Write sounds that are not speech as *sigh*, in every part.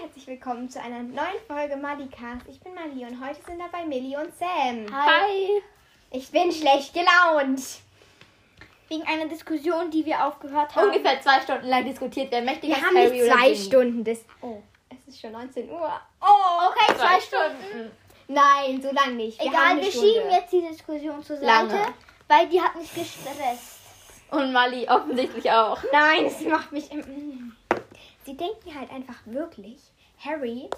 herzlich willkommen zu einer neuen Folge Madicast. Ich bin Mali und heute sind dabei Millie und Sam. Hi. Ich bin schlecht gelaunt. Wegen einer Diskussion, die wir aufgehört haben. Ungefähr zwei Stunden lang diskutiert, wer mächtiger Wir ist, haben Harry nicht oder zwei Ginny. Stunden. Des oh, es ist schon 19 Uhr. Oh, Okay, Zwei zwei Stunden. nein, so lang nicht. Wir haben Egal, eine wir Stunde. schieben jetzt die Diskussion zur Lange. Seite, weil die hat mich gestresst. Und Mali offensichtlich auch. Nein, es macht mich. Sie denken halt einfach wirklich, Harry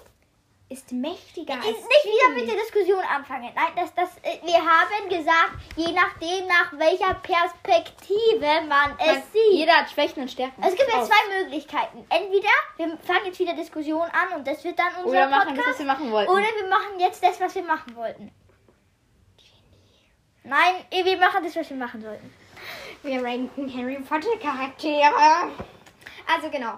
ist mächtiger als Ist nicht wieder Ginny. mit der Diskussion anfangen. Nein, das, das, äh, wir haben gesagt, je nachdem, nach welcher Perspektive man es Man- sieht. Jeder hat Schwächen und Stärken. es gibt Auch. jetzt zwei Möglichkeiten. Entweder wir fangen jetzt wieder Diskussion an und das wird dann unser Oh. Oder Podcast. machen das, was wir machen wollten. Oder wir machen jetzt das, was wir machen wollten. Nein, eh, wir machen das, was wir machen sollten. Wir ranken Harry Potter Charaktere. Also genau.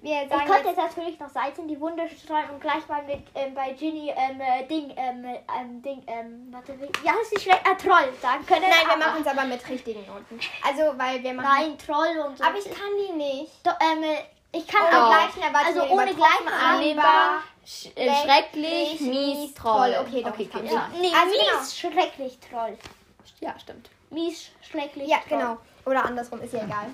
Wir Ich sagen könnte jetzt, jetzt natürlich noch Salz in die Wunde streuen und gleich mal mit ähm, bei Ginny ähm, äh, Ding, ähm, äh, ähm, Ding, ähm, warte, wie- ja, das ist schlecht, äh, Troll sagen können. nein, wir aber- machen es aber mit richtigen Noten. Also, weil wir machen Nein, Troll und so. Aber ich kann die nicht. Oh. Do, ähm, äh, ich kann Ohne auch. gleichen Erwartungen also ohne übertroffen, gleichen annehmbar, Sch äh, schrecklich, mies, troll. Okay, doch, ich okay. kann okay. Ja. Ja. Nee, Also mies, schrecklich, Troll. ja, stimmt. Mies, schrecklich, Ja, Troll. genau. Oder andersrum, ist ja *laughs* egal.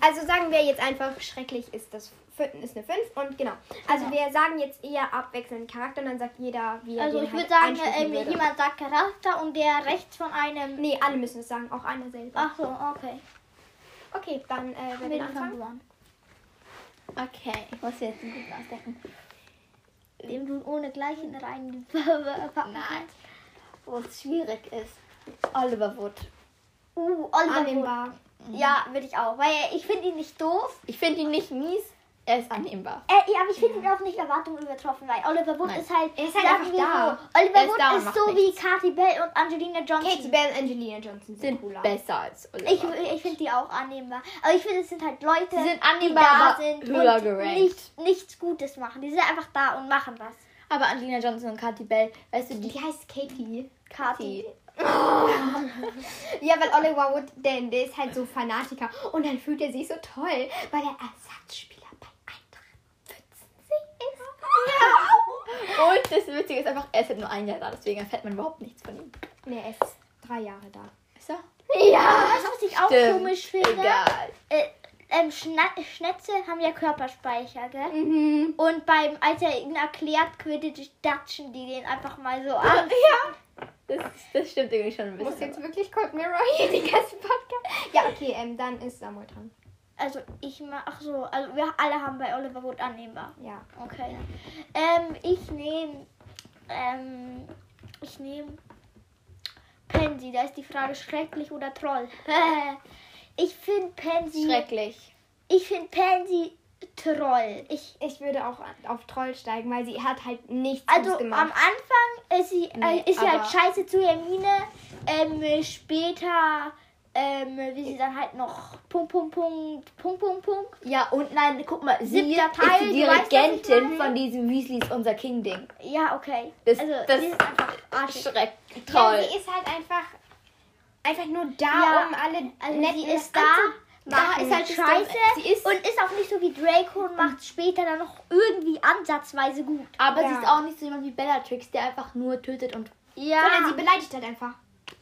Also sagen wir jetzt einfach, schrecklich ist das fün- ist eine 5 und genau. Also wir sagen jetzt eher abwechselnd Charakter und dann sagt jeder, wie er Also den ich halt würde sagen, einstufen ähm, würde. jemand sagt Charakter und der rechts von einem... Nee, alle müssen es sagen, auch einer selber. Ach so, okay. Okay, dann äh, werden Mit wir anfangen. gewonnen. Okay, ich muss jetzt einen guten ausdenken. Dem du ohne gleichen rein packen Nein. kannst. Wo es schwierig ist. Oliver Wood. Uh, Oliver Wood. Annehmbar. Ja, würde ich auch. Weil ich finde ihn nicht doof. Ich finde ihn nicht mies, er ist annehmbar. Äh, ja, aber ich finde ihn auch nicht Erwartungen übertroffen, weil Oliver Wood Nein. ist halt. Er ist halt sagen einfach wir da. So, Er Oliver ist Wood da und ist, macht so nichts. wie Katy Bell und Angelina Johnson. Katie Bell und Angelina Johnson sind Sind cooler. besser als Oliver. ich ich finde die auch annehmbar. Aber ich finde, es sind halt Leute, Sie sind die annehmbar, da aber sind höher und gerankt. nicht, nichts Gutes machen. Die sind einfach da und machen was. aber Angelina Johnson und Katy Bell, weißt du, die Die heißt Katie. Katy. Ja, weil Oliver Wood, denn der ist halt so Fanatiker. Und dann fühlt er sich so toll, weil er Ersatzspieler bei Eintracht Pfützensee ist. Ja. Und das Witzige ist einfach, er ist halt nur ein Jahr da, deswegen erfährt man überhaupt nichts von ihm. Nee, er ist drei Jahre da. Ist er? Ja. Weißt du, was ich auch Stimmt. komisch finde? Egal. Äh, ähm, Schna Schnätze haben ja Körperspeicher, gell? Mhm. Und beim, als er ihn erklärt, Quidditch, datschen die den einfach mal so *laughs* an. Ja. Das, das stimmt irgendwie schon ein Ich muss bisschen. jetzt wirklich Cold Mirror hier die ganzen Podcast. Ja, okay, ähm, dann ist Samuel dran. Also ich mach ach so, also wir alle haben bei Oliver Wood annehmbar. Ja. Okay. Ähm, ich nehme, ähm, ich nehme Pansy. Da ist die Frage schrecklich oder Troll. *laughs* ich finde Pansy, Schrecklich. ich finde Pansy Troll. Ich Ich würde auch auf Troll steigen, weil sie hat halt nichts also Gutes am gemacht. Anfang ist sie, Nee, äh, ist sie halt aber- scheiße zu Hermine. Ähm, später, ähm, wie sie dann halt noch Punkt, Punkt, Punkt, Punkt, Punkt, Punkt. Ja, und nein, guck mal, sie Siebter ist Teil, die du weißt, was ich Dirigentin meine? von diesem Weasleys Unser King Ding. Ja, okay. Das- also das- sie ist einfach arschig. Schreck. Ja, Toll. sie ist halt einfach, einfach nur da, Ja, um alle Also netten sie ist da, anzu- macht ist halt ist halt das scheiße Dumme. Sie ist- und ist auch nicht so wie Draco und macht später dann noch irgendwie ansatzweise gut. aber Ja. sie ist auch nicht so jemand wie Bellatrix, der einfach nur tötet und. Sondern sie beleidigt halt einfach.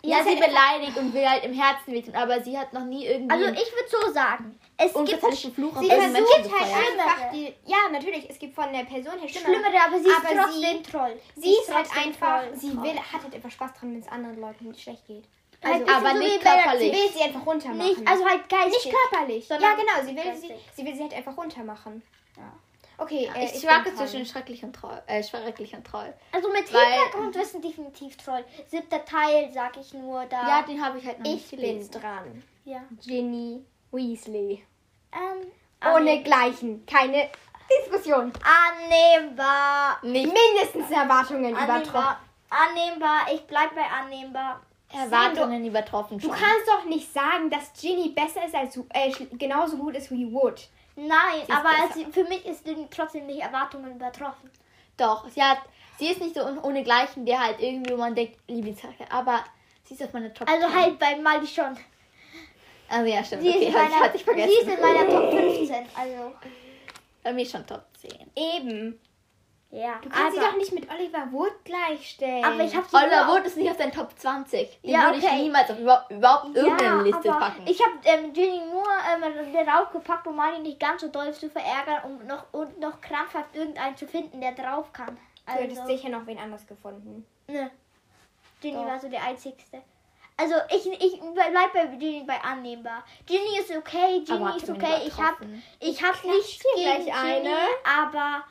Ja, Ja, sie sie- beleidigt und will halt im Herzen wehtun, aber sie hat noch nie irgendwie. also ich halt- würde so sagen, es Mhm. und gibt einen Fluch auf Sie alle Menschen versucht halt gefeuert. einfach die. Ja, natürlich, es gibt von der Person her Schlimmere. schlimmere, aber sie ist aber trotzdem Troll. Sie ist halt trotzdem einfach. Troll. Sie will, hat halt einfach Spaß dran, wenn es anderen Leuten nicht schlecht geht. Halt Also, bisschen aber so nicht wie Bella- sie körperlich. will sie einfach runter machen. Nicht, also halt geistig. nicht körperlich. sondern Ja, genau, sie will sie, geistig. sie will sie halt einfach runter machen. Ja. Okay, äh, Ich bin schwanke dran. zwischen schrecklich und Troll. Äh, schrecklich und Troll. also mit Weil- Hintergrundwissen definitiv Troll. Siebter Teil, sag ich nur da. Ja, den habe ich halt noch Ich nicht gelesen. bin dran. ja. Ginny Weasley. Ähm, Ohne annehm- Gleichen. Keine Diskussion. annehmbar. Nicht Mindestens Erwartungen übertroffen. Annehmbar. Annehmbar. Ich bleib bei annehmbar. Erwartungen übertroffen. Du schon. kannst doch nicht sagen, dass Ginny besser ist als äh, schl- genauso gut ist wie Wood. Nein, ist aber besser. sie, für mich ist sie trotzdem nicht Erwartungen übertroffen. Doch, sie hat, sie ist nicht so un- ohne Gleichen, der halt irgendwie, wo man denkt, Lieblingscharakter, aber sie ist auf meiner Top Also 10. halt bei Mali schon. Also ja, stimmt. Sie, okay, ist, in hab ich- meiner, hatte ich sie ist vergessen. in meiner Top 15. Also Bei mir schon Top 10. Eben. Ja, Du kannst sie aber, doch nicht mit Oliver Wood gleichstellen. aber ich habe sie Oliver nur- Wood ist nicht auf deinen Top 20. Den Ja, würde ich okay. niemals auf überhaupt, überhaupt irgendeine Liste aber packen. Ich habe ähm, Ginny nur ähm, draufgepackt, um Mali nicht ganz so doll zu verärgern um noch, und noch krampfhaft irgendeinen zu finden, der drauf kann. Du hättest Also, sicher noch wen anders *laughs* gefunden. ne. Ginny Doch. war so der einzigste. Also ich, ich bleib bei Ginny bei annehmbar. Ginny ist okay, Ginny Aber hat ist man okay. Ich hab, übertroffen. ich hab klatsch nichts dir gegen gleich Ginny, eine. aber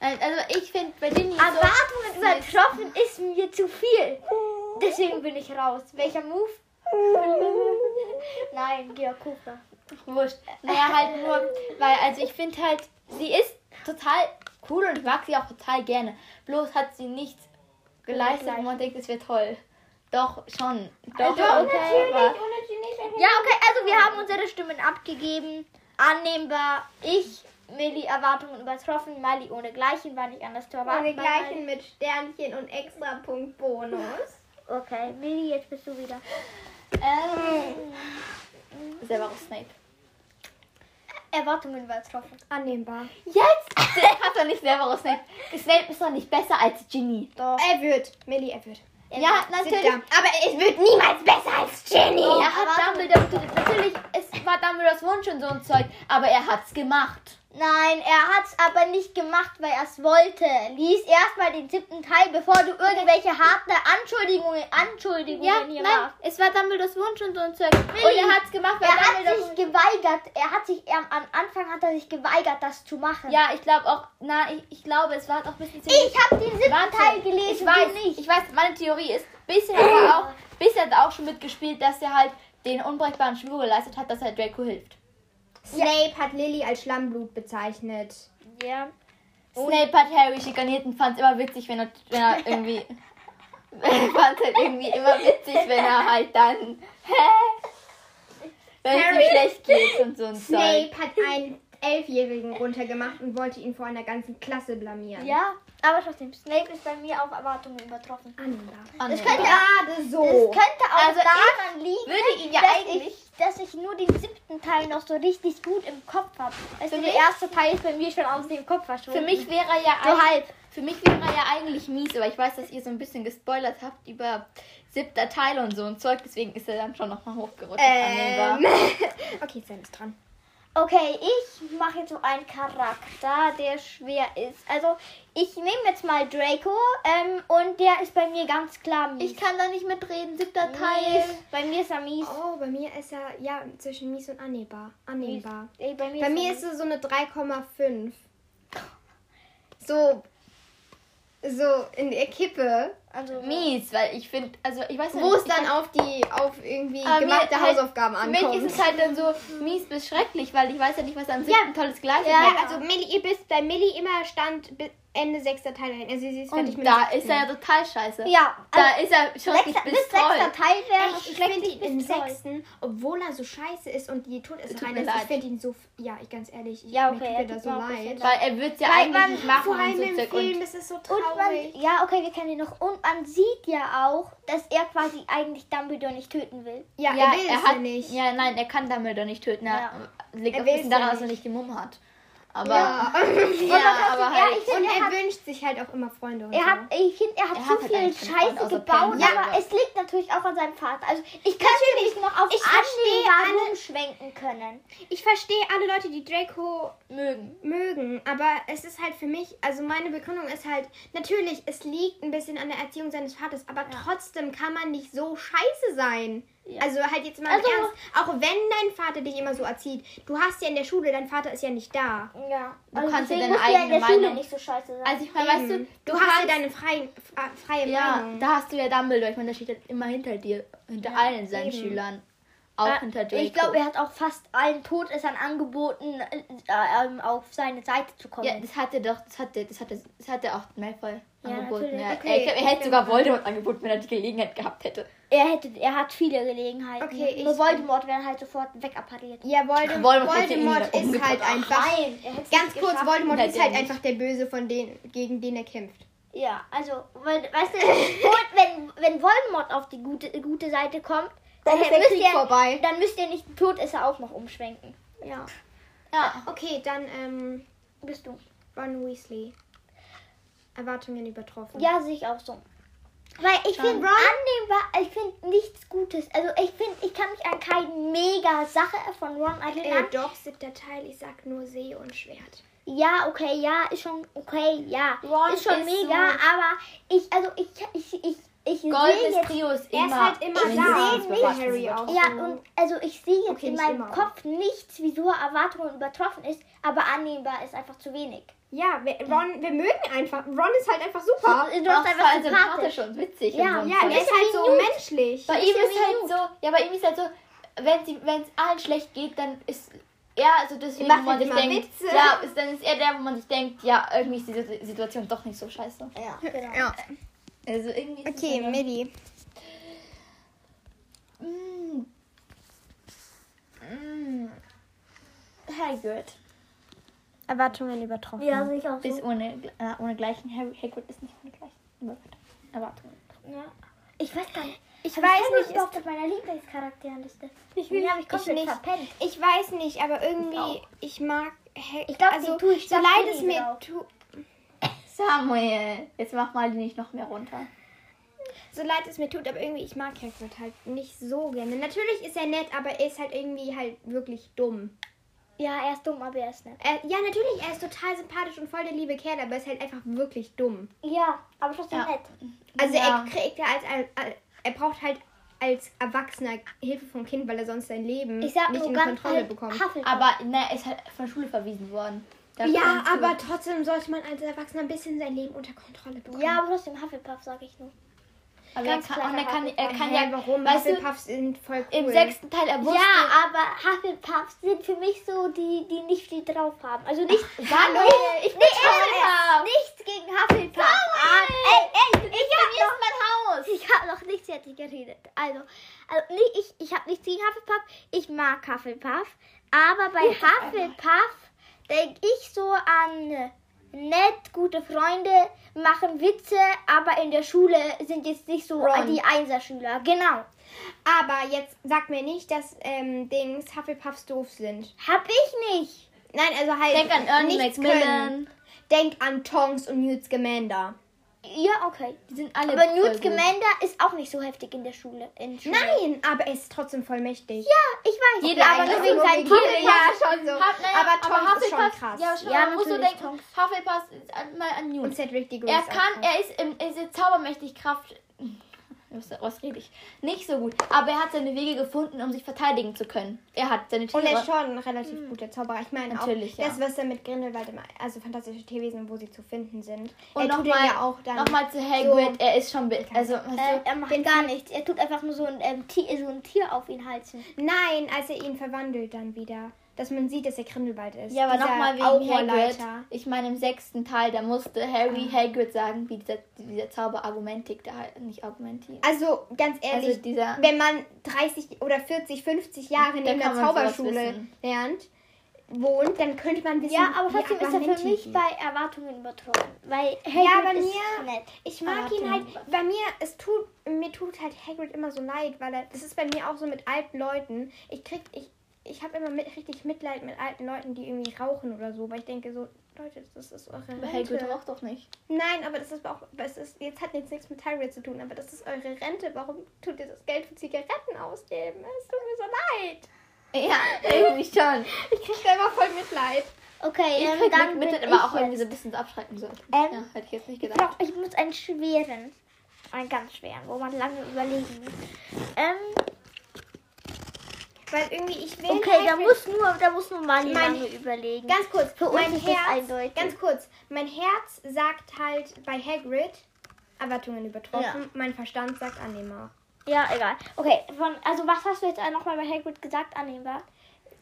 Nein, also ich finde bei denen Erwartungen übertroffen ist mir zu viel. Deswegen bin ich raus. Welcher Move? *laughs* Also, Nein, Georg Cooper. Wurscht. Naja, halt nur, weil, also ich finde halt, sie ist total cool und ich mag sie auch total gerne. Bloß hat sie nichts geleistet, wo man denkt, es wäre toll. Doch, schon. Doch, Doch, okay, aber- natürlich. Ja, okay, also wir haben unsere Stimmen abgegeben. Annehmbar. Ich, Millie, Erwartungen übertroffen. Miley ohne Gleichen war nicht anders zu erwarten. Ohne bei gleichen mit Sternchen und extra Punkt Bonus. Miley. Okay, Millie, jetzt bist du wieder. Ähm, Severus Snape. Erwartungen übertroffen. Annehmbar. Jetzt? Der hat doch nicht Severus Snape. Snape ist doch nicht besser als Ginny. Doch. Er wird. Millie, er wird. Ja, Sit natürlich. down. Aber es wird niemals besser als Ginny. Er hat Dumbledore, natürlich, es war Dumbledores Wunsch und so ein Zeug, aber er hat's gemacht. Nein, er hat's aber nicht gemacht, weil er es wollte. Lies erstmal den siebten Teil, bevor du irgendwelche harten Anschuldigungen, Anschuldigungen Ja, hier nein, machst. es war Dumbledores Wunsch und so ein Zeug. Und er hat's gemacht, weil Er hat Dumbledore... sich geweigert. Er hat sich am am Anfang hat er sich geweigert, das zu machen. Ja, ich glaube auch, na, ich, ich glaube, es war doch ein bisschen ziemlich- Ich habe den siebten Warte, Teil gelesen. Ich weiß, du nicht. ich weiß, meine Theorie ist, bisher hat er auch, bisher hat er auch schon mitgespielt, dass er halt den unbrechbaren Schwur geleistet hat, dass er Draco hilft. Snape hat Lily als Schlammblut bezeichnet. Ja. Snape hat Harry schikaniert und fand es immer witzig, wenn er, wenn er *laughs* irgendwie. fand halt irgendwie immer witzig, wenn er halt dann. Hä? Wenn es ihm Harry? schlecht geht und so ein Zeug. Snape hat einen Elfjährigen runtergemacht und wollte ihn vor einer ganzen Klasse blamieren. Ja, aber trotzdem, Snape ist bei mir auf Erwartungen übertroffen. Oh. Annehmbar. Das könnte- Gerade Das so. könnte auch Also ich daran liegen, würde ihn ja dass, eigentlich- ich, dass ich nur den siebten Teil noch so richtig gut im Kopf habe. Weißt du, mich- der erste Teil ist bei mir schon aus dem Kopf verschwunden. Für mich wäre er ja so eigentlich- halb. Für mich wäre er ja eigentlich mies, aber ich weiß, dass ihr so ein bisschen gespoilert habt über siebter Teil und so ein Zeug, deswegen ist er dann schon nochmal hochgerutscht. Ähm. okay, Sam ist dran. Okay, ich mache jetzt so einen Charakter, der schwer ist. Also, ich nehme jetzt mal Draco ähm, und der ist bei mir ganz klar mies. Ich kann da nicht mitreden, siebter Teil. Mies. Bei mir ist er mies. Oh, bei mir ist er, ja, zwischen mies und annehmbar. Annehmbar. Ey, bei mir Bei ist, mir ne? er ist es so eine 3,5. So. So in der Kippe. also Mies, weil ich finde, also ich weiß Wo es ich- dann auf die, auf irgendwie Aber mir gemachte halt- Hausaufgaben Für ankommt. mich ist es halt dann so mies bis schrecklich, weil ich weiß ja nicht, was am siebten tolles Gleis Ja, hat. also Millie, ihr bist bei Millie immer stand bis Ende sechster Teil dahin. Also sie ist fertig Und mit da ist er ja total scheiße. Ja, also Da ist er schrecklich sechster, bis, bis sechster toll. Teil wäre noch ich, ich finde schrecklich ihn im bis toll. sechsten, obwohl er so scheiße ist und die Todesrein mir ist, also ich leid. finde ihn so, ja, ich ganz ehrlich, ich, Ja, mir okay, tut er ja, da tut so mir auch ein bisschen leid. Weil er wird ja Weil eigentlich man, nicht machen. vor allem und so im Zeug. Film, das ist so Und man, traurig. ja, okay, wir kennen ihn noch. Und man sieht ja auch, dass er quasi eigentlich Dumbledore nicht töten will. ja, Und er will es ja nicht. halt Ja, nein, er kann Dumbledore nicht töten. Ja. Er liegt Er auch ein will bisschen es ja daran, dass er nicht. nicht die Mumm hat. Aber *laughs* Ja. Ja, aber ja, halt. ich finde, und er er hat- wünscht sich halt auch immer Freunde und Er so. hat, ich finde, er hat Er zu hat halt viel eigentlich keine Freunde Scheiße außer gebaut, Penny, aber aber- es liegt natürlich auch an seinem Vater. Also ich könnte mich noch auf Ich verstehe alle- Annehmbar umschwenken können. Ich verstehe alle Leute, die Draco mögen. mögen, aber es ist halt für mich, also meine Begründung ist halt, natürlich, es liegt ein bisschen an der Erziehung seines Vaters, aber trotzdem kann man nicht so scheiße sein. Also halt jetzt mal im Also- ernst, auch wenn dein Vater dich immer so erzieht, du hast ja in der Schule, dein Vater ist ja nicht da. Ja. Du kannst Also dir deswegen deine muss ja in der eigene Schule Meinung- nicht so scheiße sein. Also ich meine, weißt du, Eben. du, hast ja deine freien, fra- freie ja, Meinung. da hast du ja Dumbledore. Ich meine, der steht halt immer hinter dir, hinter allen seinen eben. Schülern. Auch hinter Draco. ich glaube, er hat auch fast allen Todessern angeboten, äh, ähm, auf seine Seite zu kommen. Ja, das hat er doch, das hat er, das hat er, das hat er auch Malfoy Ja, angeboten. natürlich. Ja. Okay. Ich glaube, er hätte sogar Voldemort angeboten, wenn er die Gelegenheit gehabt hätte. Er, hätte, er hat viele Gelegenheiten. Okay, ich- Nur Voldemort wäre halt sofort wegappariert. Ja, Voldem Voldemort Voldemort, hätte ihn wieder ist umgebracht. halt einfach. Nein, er hätte Ganz kurz, Voldemort Hätte ist halt er nicht. einfach der Böse, von den, gegen den er kämpft. Ja, also, weil, *laughs* weißt du, Vold- wenn, wenn Voldemort auf die gute, gute Seite kommt, Dann ist der müsst Krieg ihr- vorbei. Dann müsst ihr nicht tot ist er auch noch umschwenken. Ja. Ja. Okay, dann ähm, Bist du? Ron Weasley. Erwartungen übertroffen. Ja, sehe ich auch so. Weil ich finde annehmbar, ich finde nichts Gutes. Also ich finde, ich kann mich an keine mega Sache von Ron Äh, erinnern. doch, siebter Teil, ich sag nur See und Schwert. Ja, okay, ja, ist schon okay, ja. Ron ist schon ist mega, so- aber ich, also ich, ich, ich, ich sehe Goldenes jetzt Trio ist Er immer. ist halt immer wenn da. sie sehen uns bewachen Harry wird. auch. Ja, so. und also ich sehe jetzt Okay, in nicht meinem immer. Kopf nichts, wieso er Erwartungen übertroffen ist, aber annehmbar ist einfach zu wenig. Ja, wir, Ron, wir mögen einfach. Ron ist halt einfach super. Du bist Auch einfach voll also sympathisch. sympathisch und also witzig. Ja, und so. Ja, er ist halt so Newt. menschlich. Bei ihm Bisschen ist wie halt Newt. so, ja, bei ihm ist halt so, wenn sie, wenn es allen schlecht geht, dann ist er, also deswegen, Macht wo man halt sich immer denkt, Witze. ja, ist, dann ist er der, wo man sich denkt, ja, irgendwie ist die Situation doch nicht so scheiße. Ja, genau. Also irgendwie. Ist es Okay, halt- Millie. Mm. Mm. Hagrid. Erwartungen übertroffen. Ja, sehe ich auch Bis so. ohne, äh, ohne gleichen. Harry, Hagrid ist nicht ohne gleichen. Aber gut. Erwartungen. Ja. Ich weiß gar nicht. Ich Aber weiß Hagrid nicht, ist- ist doch auf meiner Lieblingscharakterliste. Ich Den habe ich ich komplett nicht. verpennt. Ich weiß nicht, aber irgendwie, auch. ich mag. He- Ich glaub, also, die tue ich so doch leid Millie es mir drauf. tu, Samuel. Jetzt mach mal die nicht noch mehr runter. so leid es mir tut, aber irgendwie ich mag Hagrid halt nicht so gerne. Natürlich ist er nett, aber er ist halt irgendwie halt wirklich dumm. Ja, er ist dumm, aber er ist nett. Er, ja, natürlich, er ist total sympathisch und voll der liebe Kerl, aber er ist halt einfach wirklich dumm. Ja, aber trotzdem Ja. nett. Also Ja. er kriegt ja als, als er braucht halt als Erwachsener Hilfe vom Kind, weil er sonst sein Leben Ich sag nicht nur in ganz Kontrolle halt bekommt. Hufflepuff. Aber ne, er ist halt von der Schule verwiesen worden. Da Ja, kommt zu- aber trotzdem sollte man als Erwachsener ein bisschen sein Leben unter Kontrolle bekommen. ja, aber trotzdem Hufflepuff, sage ich nur. aber er ganz kann, und er klarer kann, er kann Hä, ja, warum? weißt du, Hufflepuffs sind voll cool. im sechsten Teil er wusste, Ja, aber Hufflepuffs sind für mich so die, die nicht viel drauf haben. Also nicht. Hallo, ich bin Nee, Hufflepuff. Nichts gegen Hufflepuff. Ah, ey, ey, ich hab noch mein Haus. Ich hab noch nicht fertig geredet. Also, also nee, ich, ich hab nichts gegen Hufflepuff. Ich mag Hufflepuff. Aber bei Hufflepuff denke ich so an äh, nett, gute Freunde, machen Witze, aber in der Schule sind jetzt nicht so Ron. die Einserschüler. Genau. Aber jetzt sag mir nicht, dass ähm, Dings Hufflepuffs doof sind. Hab ich nicht. Nein, also halt Denk an Ernie nichts können. Macmillan. Denk an Tongs und Newt Scamander. Ja, okay. Die sind alle Aber voll Newt gut. Scamander ist auch nicht so heftig in der Schule. In Schule. Nein, aber er ist trotzdem voll mächtig. Ja, ich weiß. Jeder aber eigentlich. deswegen sein Hufflepuff- Titel ja, schon so. Huff- naja, aber Tonks ist schon äh, Hufflepuff- krass. Ja, schon, Ja, aber musst du natürlich, denken, Hufflepuff ist an- mal an Und Newt. Cedric Diggory Er ist auch kann, krass. er ist, im, er ist jetzt zaubermächtig Kraft. *laughs* Was, was rede ich? Nicht so gut. Aber er hat seine Wege gefunden, um sich verteidigen zu können. Er hat seine Und er Tiere. ist schon ein relativ guter Zauberer. Ich meine Hm. Natürlich, auch, ja. das, was er mit Grindelwald, im, also fantastische Tierwesen, wo sie zu finden sind. Und er tut nochmal- ihn ja auch dann. Nochmal zu Hagrid, er ist schon. be- Also, weißt du, Äh, er macht gar nichts. Er tut einfach nur so ein, ähm, Tier, so ein Tier auf ihn halten. Nein, als er ihn verwandelt dann wieder. Dass man sieht, dass er Grindelwald ist. Ja, aber Dieser nochmal wegen Hagrid. Aurorleiter. Ich meine, im sechsten Teil, da musste Ah. Harry Hagrid sagen, wie dieser, dieser Zauber argumentik, der halt nicht argumentiert. Also, ganz ehrlich, Also dieser... wenn man 30 oder 40, 50 Jahre in Dann einer kann man sowas Zauberschule wissen. lernt, wohnt, dann könnte man wissen, Ja, aber wie trotzdem ist er für Aquamenti mich geht. bei Erwartungen übertroffen. Weil Ja, bei Hagrid ist mir- nett. Ich mag Ah, ihn genau. halt. Bei mir, es tut, mir tut halt Hagrid immer so leid, weil er, das ist bei mir auch so mit alten Leuten. Ich krieg, ich, ich habe immer mit, richtig Mitleid mit alten Leuten, die irgendwie rauchen oder so, weil ich denke so, Leute, das ist eure Aber Hagrid Rente. raucht doch nicht. Nein, aber das ist auch, das ist, jetzt hat jetzt nichts mit Hagrid zu tun, aber das ist eure Rente. Warum tut ihr das Geld für Zigaretten ausgeben? Es tut mir so leid. Ja, irgendwie schon. Ich krieg da immer voll Mitleid. Okay, Ich ähm, krieg dann mit, mit bin aber ich auch irgendwie so jetzt. ein bisschen abschrecken soll. Ähm, ja, hätte ich jetzt nicht Ich, gedacht. brauch, ich muss einen schweren. Einen ganz schweren, wo man lange überlegen muss. Ähm, Weil irgendwie, ich will. okay, da Hagrid- muss nur, da muss nur Mali Mein- lange überlegen. Ganz kurz, Für uns mein ist das Herz, eindeutig. ganz kurz, mein Herz sagt halt bei Hagrid Erwartungen übertroffen, mein Verstand sagt annehmbar. ja, egal. Okay, von, also was hast du jetzt nochmal bei Hagrid gesagt, annehmbar?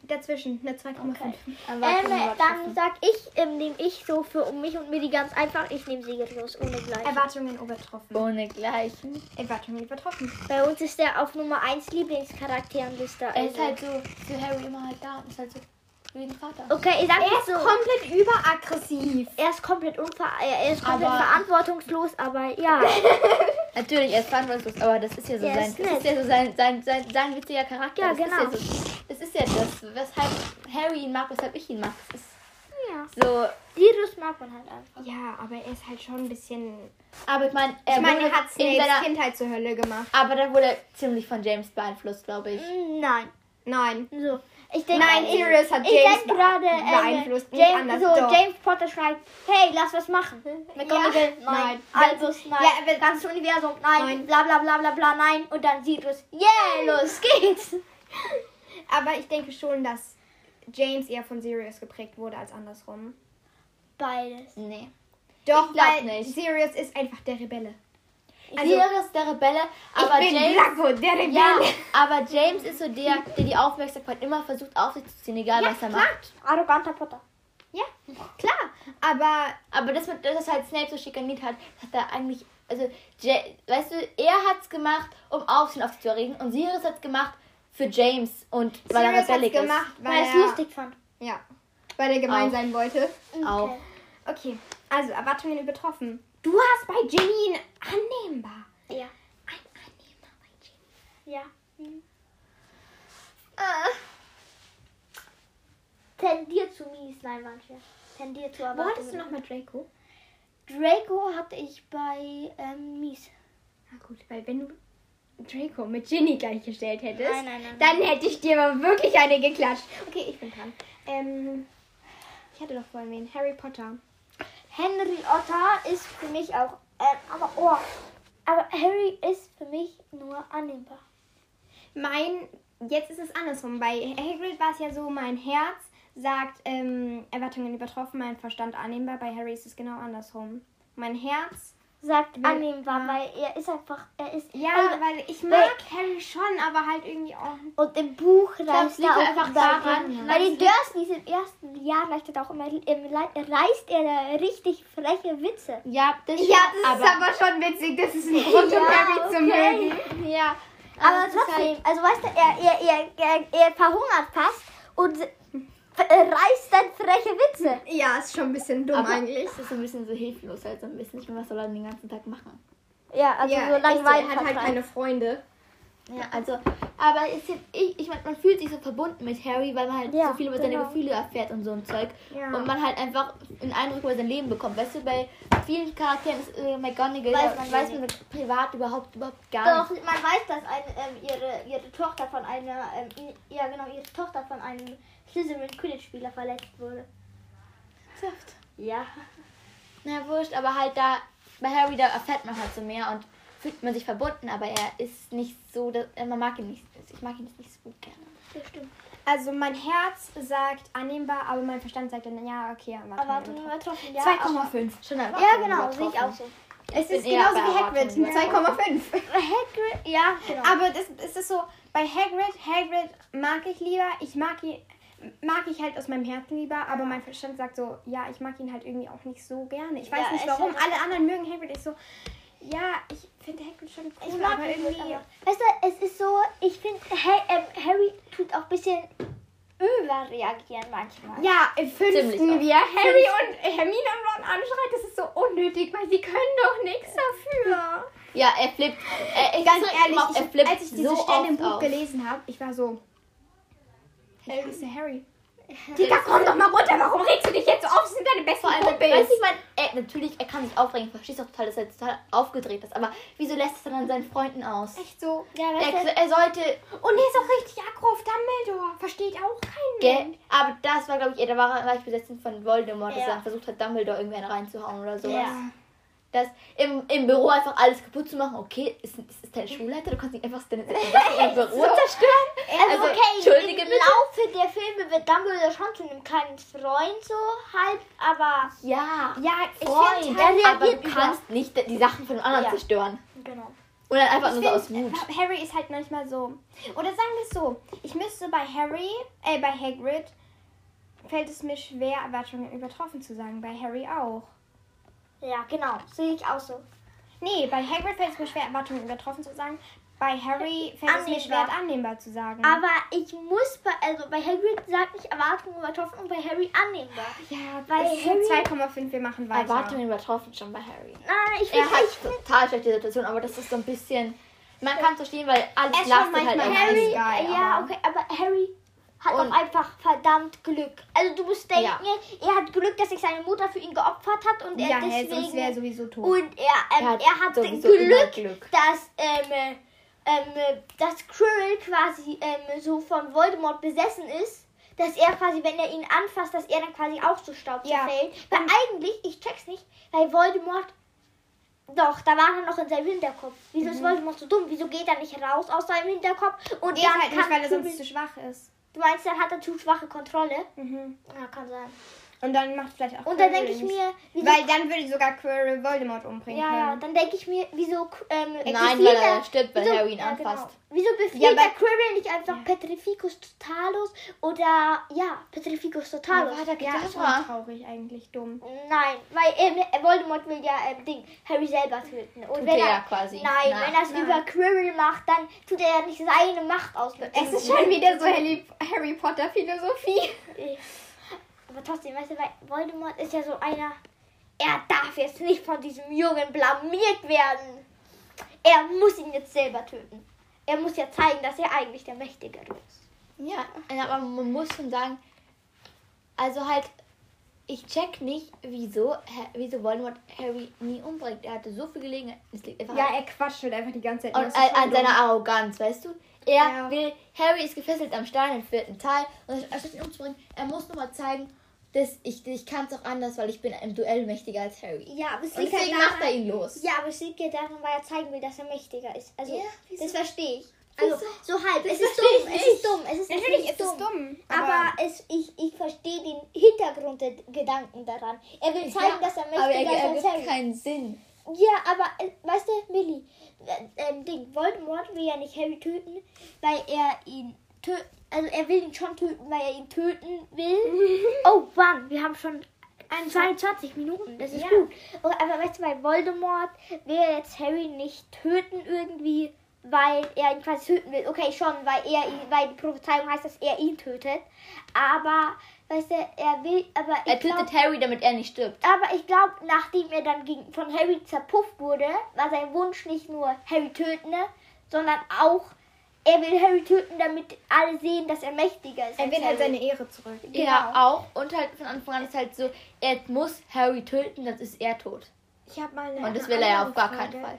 Dazwischen, eine 2,5. Ähm, Erwartungen dann übertreffen. sag ich, ähm, nehme ich so für um mich und mir die ganz einfach. Ich nehme Siegellos ohne gleich. Erwartungen übertroffen. Ohne Gleichen. Erwartungen übertroffen. Bei uns ist der auf Nummer 1 Lieblingscharakterenliste. Er ist also. halt so, für Harry immer halt da und ist halt so wie ein Vater. Okay, ich sag Er mal ist so. komplett überaggressiv. er ist komplett unver er ist komplett Aber- verantwortungslos, aber ja. Natürlich, er ist verantwortungslos, aber das ist ja so Er sein, ist das ist ja so sein, sein, sein, sein witziger Charakter. Ja, das genau. Ist ja so, das ist ja das, weshalb Harry ihn mag, weshalb ich ihn mag. Das ist, ja. So, Sirius mag man halt einfach. Ja, aber er ist halt schon ein bisschen. aber ich meine, er Ich meine, wurde er hat in Snapes seiner, Kindheit zur Hölle gemacht. aber da wurde er ziemlich von James beeinflusst, glaube ich. Nein. Nein. So. Ich denke, Nein, ich, Sirius hat ich James denk gerade, äh, beeinflusst, nicht James, anders, so, doch. James Potter schreibt, hey, lass *laughs* was machen. McGonagall, nein. nein. Albus, nein. Ja, er will- ganzes Universum, nein. Nein. Bla, bla, bla, bla, bla, nein. Und dann Sirius, yeah, los geht's. Aber ich denke schon, dass James eher von Sirius geprägt wurde als andersrum. Beides. Mm, Nee. Doch, Ich glaub weil nicht. Sirius ist einfach der Rebelle. Also, Sirius der Rebelle, aber ich bin James. Blanco, der Rebelle. Ja, aber James ist so der, der die Aufmerksamkeit immer versucht auf sich zu ziehen, egal Ja, was er klar. macht. Arroganter Potter. Klar, aber Aber das mit, dass halt Snape so schikaniert hat, hat er eigentlich, also, Ja- weißt du, er hat's gemacht, um Aufsehen auf sich zu erregen und Sirius hat's gemacht für James und weil er Sirius hat's rebellig gemacht, ist. weil, Weil er es er lustig fand. Ja, weil er gemein Auch. sein wollte. Auch. Okay, also Erwartungen übertroffen. Du hast bei Ginny ein annehmbar. Ja. Ein annehmbar bei Ginny. Ja. Äh. Tendiert zu mies, nein, manche. Tendiert zu aber. Wo hattest du nochmal Draco? Draco hatte ich bei ähm, mies. Na gut, weil wenn du Draco mit Ginny gleichgestellt hättest, Nein, nein, nein, dann hätte ich dir aber wirklich eine geklatscht. Okay, ich bin dran. Ähm, ich hatte doch vorhin wen. Harry Potter. Henry Otter ist für mich auch. ähm, aber oh. Aber Harry ist für mich nur annehmbar. Mein, jetzt ist es andersrum. Bei Hagrid war es ja so, mein Herz sagt ähm, Erwartungen übertroffen, mein Verstand annehmbar. Bei Harry ist es genau andersrum. Mein Herz Sagt Weil- annehmbar, weil er ist einfach. Er ist. Ja, Also, weil ich mag Harry schon, aber halt irgendwie auch. und im Buch Das reißt liegt er auch einfach überall daran, hin. weil Weil die Dursleys im ersten Jahr reicht er auch immer. Im, reißt er da richtig freche Witze. Ja, das, schon, schon witzig, das *laughs* ist ein Grund, um Harry zu mögen. Ja. Aber es ist halt- trotzdem, also weißt du, er, er, er, er, er verhungert fast und ver- reißt dann freche Witze. Ja, ist schon ein bisschen dumm aber eigentlich. es ist so ein bisschen so hilflos, halt so ein bisschen. Ich meine, was soll er den ganzen Tag machen? Ja, also ja, so langweilig. echt, er hat halt keine Freunde. Ja, also, aber es ist, ich, ich meine, man fühlt sich so verbunden mit Harry, weil man halt Ja, so viel über seine genau. Gefühle erfährt und so ein Zeug. Ja. Und man halt einfach einen Eindruck über sein Leben bekommt. Weißt du, bei vielen Charakteren ist äh, McGonagall, Weiß weiß man man, ja weiß man privat überhaupt, überhaupt gar Doch, man weiß, dass eine, ähm, ihre, ihre Tochter von einer, ähm, i- ja genau, ihre Tochter von einem Slytherin Quidditch-Spieler verletzt wurde. nicht. Ja. Na, wurscht, aber halt da, bei Harry, da erfährt man halt so mehr und fühlt man sich verbunden, aber er ist nicht so, dass, äh, man mag ihn nicht, ich mag ihn nicht so gut gerne. Bestimmt. Also mein Herz sagt annehmbar, aber mein Verstand sagt dann, ja, okay, Erwartungen Erwartungen. übertroffen, ja. aber- 2,5. Schon einfach. Ja, genau, sehe ich auch so. Es bin ist eher genauso bei wie Hagrid, Erwartungen. mit 2,5. Hagrid, ja, genau. Aber das, es ist so, bei Hagrid, Hagrid mag ich lieber, ich mag ihn, mag ich halt aus meinem Herzen lieber, aber mein Verstand sagt so, ja, ich mag ihn halt irgendwie auch nicht so gerne. Ich weiß Ja, nicht ich warum, halt- alle anderen mögen Hagrid. Ich so, ja, ich finde Hagrid schon cool, Ich mag aber ihn irgendwie... nicht, aber weißt du, es ist so, ich finde, Harry, ähm, Harry tut auch ein bisschen überreagieren manchmal. ja, im fünften, oft. wie er Harry und Hermine und Ron anschreit, das ist so unnötig, weil sie können doch nichts dafür. Ja, er flippt. Er, ich Ganz drück ehrlich, ihm auf, er ich, flippt als ich diese so Stelle im oft Buch auf. gelesen habe, ich war so, ich hasse Harry. Digga, komm doch mal runter, warum regst du dich jetzt so auf? Sie sind deine besten Vor allem, weißt du, ich meine, er, natürlich, er kann sich aufregen, ich verstehst auch total, dass er total aufgedreht ist, aber wieso lässt er dann seinen Freunden aus? Echt so. Ja, weißt du, Er, er sollte, Und er ist auch richtig aggro auf Dumbledore. Versteht auch keinen. gell, aber das war, glaube ich, eher, da war er leicht besetzt von Voldemort, dass Ja. er dann versucht hat, Dumbledore irgendwie einen reinzuhauen oder sowas. Ja. Das im, im Büro einfach alles kaputt zu machen, okay, ist, ist, ist deine Schulleiter, du kannst nicht einfach deine deine Sachen *laughs* im Büro zerstören. Also, Also, okay, entschuldige im bitte. Laufe der Filme wird Dumbledore schon zu einem kleinen Freund so halb, aber Ja, Ja, ich Freund, finde er reagiert aber du über. kannst nicht die Sachen von einem anderen Ja. zerstören. genau. Und dann einfach Ich nur so aus find, Wut. Harry ist halt manchmal so. Oder sagen wir es so, ich müsste bei Harry, äh, bei Hagrid, fällt es mir schwer, Erwartungen übertroffen zu sagen. Bei Harry auch. Ja, genau, sehe ich auch so. Nee, bei Hagrid fällt es mir schwer, Erwartungen übertroffen zu sagen. Bei Harry fällt es mir Annehmbar. schwer, annehmbar zu sagen. Aber ich muss bei, also bei Hagrid sagt ich Erwartungen übertroffen und bei Harry annehmbar. ja, bei bei Harry- 2,5, wir machen weiter. Erwartungen übertroffen schon bei Harry. Nein, ich Er finde, hat ich finde, total schlechte Situation, aber das ist so ein bisschen. Man kann es verstehen, weil Er alles ist schon lastet halt manchmal auf Harry. ihm. Harry, geil, ja, aber- okay, aber Harry hat Und- auch einfach verdammt Glück. Also du musst denken, Ja. er hat Glück, dass sich seine Mutter für ihn geopfert hat und er Ja, hey, sonst deswegen wäre er sowieso tot. und er, ähm, Er er hat hat, sowieso immer Glück, Glück. dass ähm, äh, ähm, äh, dass Quirrell quasi ähm, so von Voldemort besessen ist, dass er quasi, wenn er ihn anfasst, dass er dann quasi auch zu Staub Ja. zerfällt. Weil eigentlich, ich check's nicht, weil Voldemort doch, da war er noch in seinem Hinterkopf. Wieso ist Voldemort so dumm? Wieso geht er nicht raus aus seinem Hinterkopf? Und Mhm. Geht dann halt nicht, kann weil er Quirrell- sonst zu schwach ist. Du meinst, dann hat er zu schwache Kontrolle? Mhm. Ja, kann sein. Und dann macht vielleicht auch. Und dann Quirrell denke ich nicht. mir, wieso Weil dann würde sogar Quirrell Voldemort umbringen Ja, ja, können. dann denke ich mir, wieso ähm, Nein, befiehlt weil er stirbt, weil Harry ihn ja, genau. anfasst. Wieso befiehlt Ja, aber- der Quirrell nicht einfach Petrificus Totalus oder ja, Petrificus Aber Totalus? war der Ja, ja, schon aber- traurig eigentlich dumm. Nein, weil ähm, Voldemort will ja ähm, Ding Harry selber töten. Und Tut wenn er er, ja quasi. Nein, Na, wenn er es nein. über Quirrell macht, dann tut er ja nicht seine Macht aus. Es ist schon wieder so Harry, Harry Potter Philosophie. Aber trotzdem, weißt du, weil Voldemort ist ja so einer, er darf jetzt nicht von diesem Jungen blamiert werden. Er muss ihn jetzt selber töten. Er muss ja zeigen, dass er eigentlich der Mächtigere ist. Ja, aber man muss schon sagen, also halt, ich check nicht, wieso, Har- wieso Voldemort Harry nie umbringt. Er hatte so viel Gelegenheit. Es liegt einfach Ja, an- er quatscht halt einfach die ganze Zeit. an, Das ist an, schon an dumm. seiner Arroganz, weißt du? Er Ja. will, Harry ist gefesselt am Stein im vierten Teil und anstatt ihn umzubringen, er muss nur mal zeigen, dass ich, ich kann es auch anders, weil ich bin im Duell mächtiger als Harry. Ja, aber es Und liegt halt deswegen macht er daran, ihn los. ja, aber es liegt ja daran, weil er zeigen will, dass er mächtiger ist. Also, Ja, wieso? das verstehe ich. Also, so halb. Es ist verstehe ich dumm, es nicht. ist dumm, es ist Natürlich ist dumm. es dumm. Aber es, ich, ich verstehe den Hintergrund der Gedanken daran. Er will zeigen, dass er aber er, mächtiger ist er als Harry. gibt keinen Sinn. Ja, aber äh, weißt du, Millie, äh, ähm, Ding, Voldemort will ja nicht Harry töten, weil er ihn töten, also er will ihn schon töten, weil er ihn töten *laughs* will. oh Mann, wir haben schon 22 Minuten, das ist Ja. gut. Oh, aber weißt du, bei Voldemort will er jetzt Harry nicht töten irgendwie, weil er ihn quasi töten will. Okay, schon, weil er ihn, weil die Prophezeiung heißt, dass er ihn tötet. Aber, weißt du, er will, aber ich Er glaub- tötet Harry, damit er nicht stirbt. aber ich glaube, nachdem er dann gegen, von Harry zerpufft wurde, war sein Wunsch nicht nur Harry töten, ne, sondern auch, er will Harry töten, damit alle sehen, dass er mächtiger ist. Er als will halt Harry. seine Ehre zurück. Ja, auch. Und halt von Anfang an ist halt so, er muss Harry töten, dann ist er tot. Ich habe mal eine Und das eine will er ja andere auf gar Frage. keinen Fall.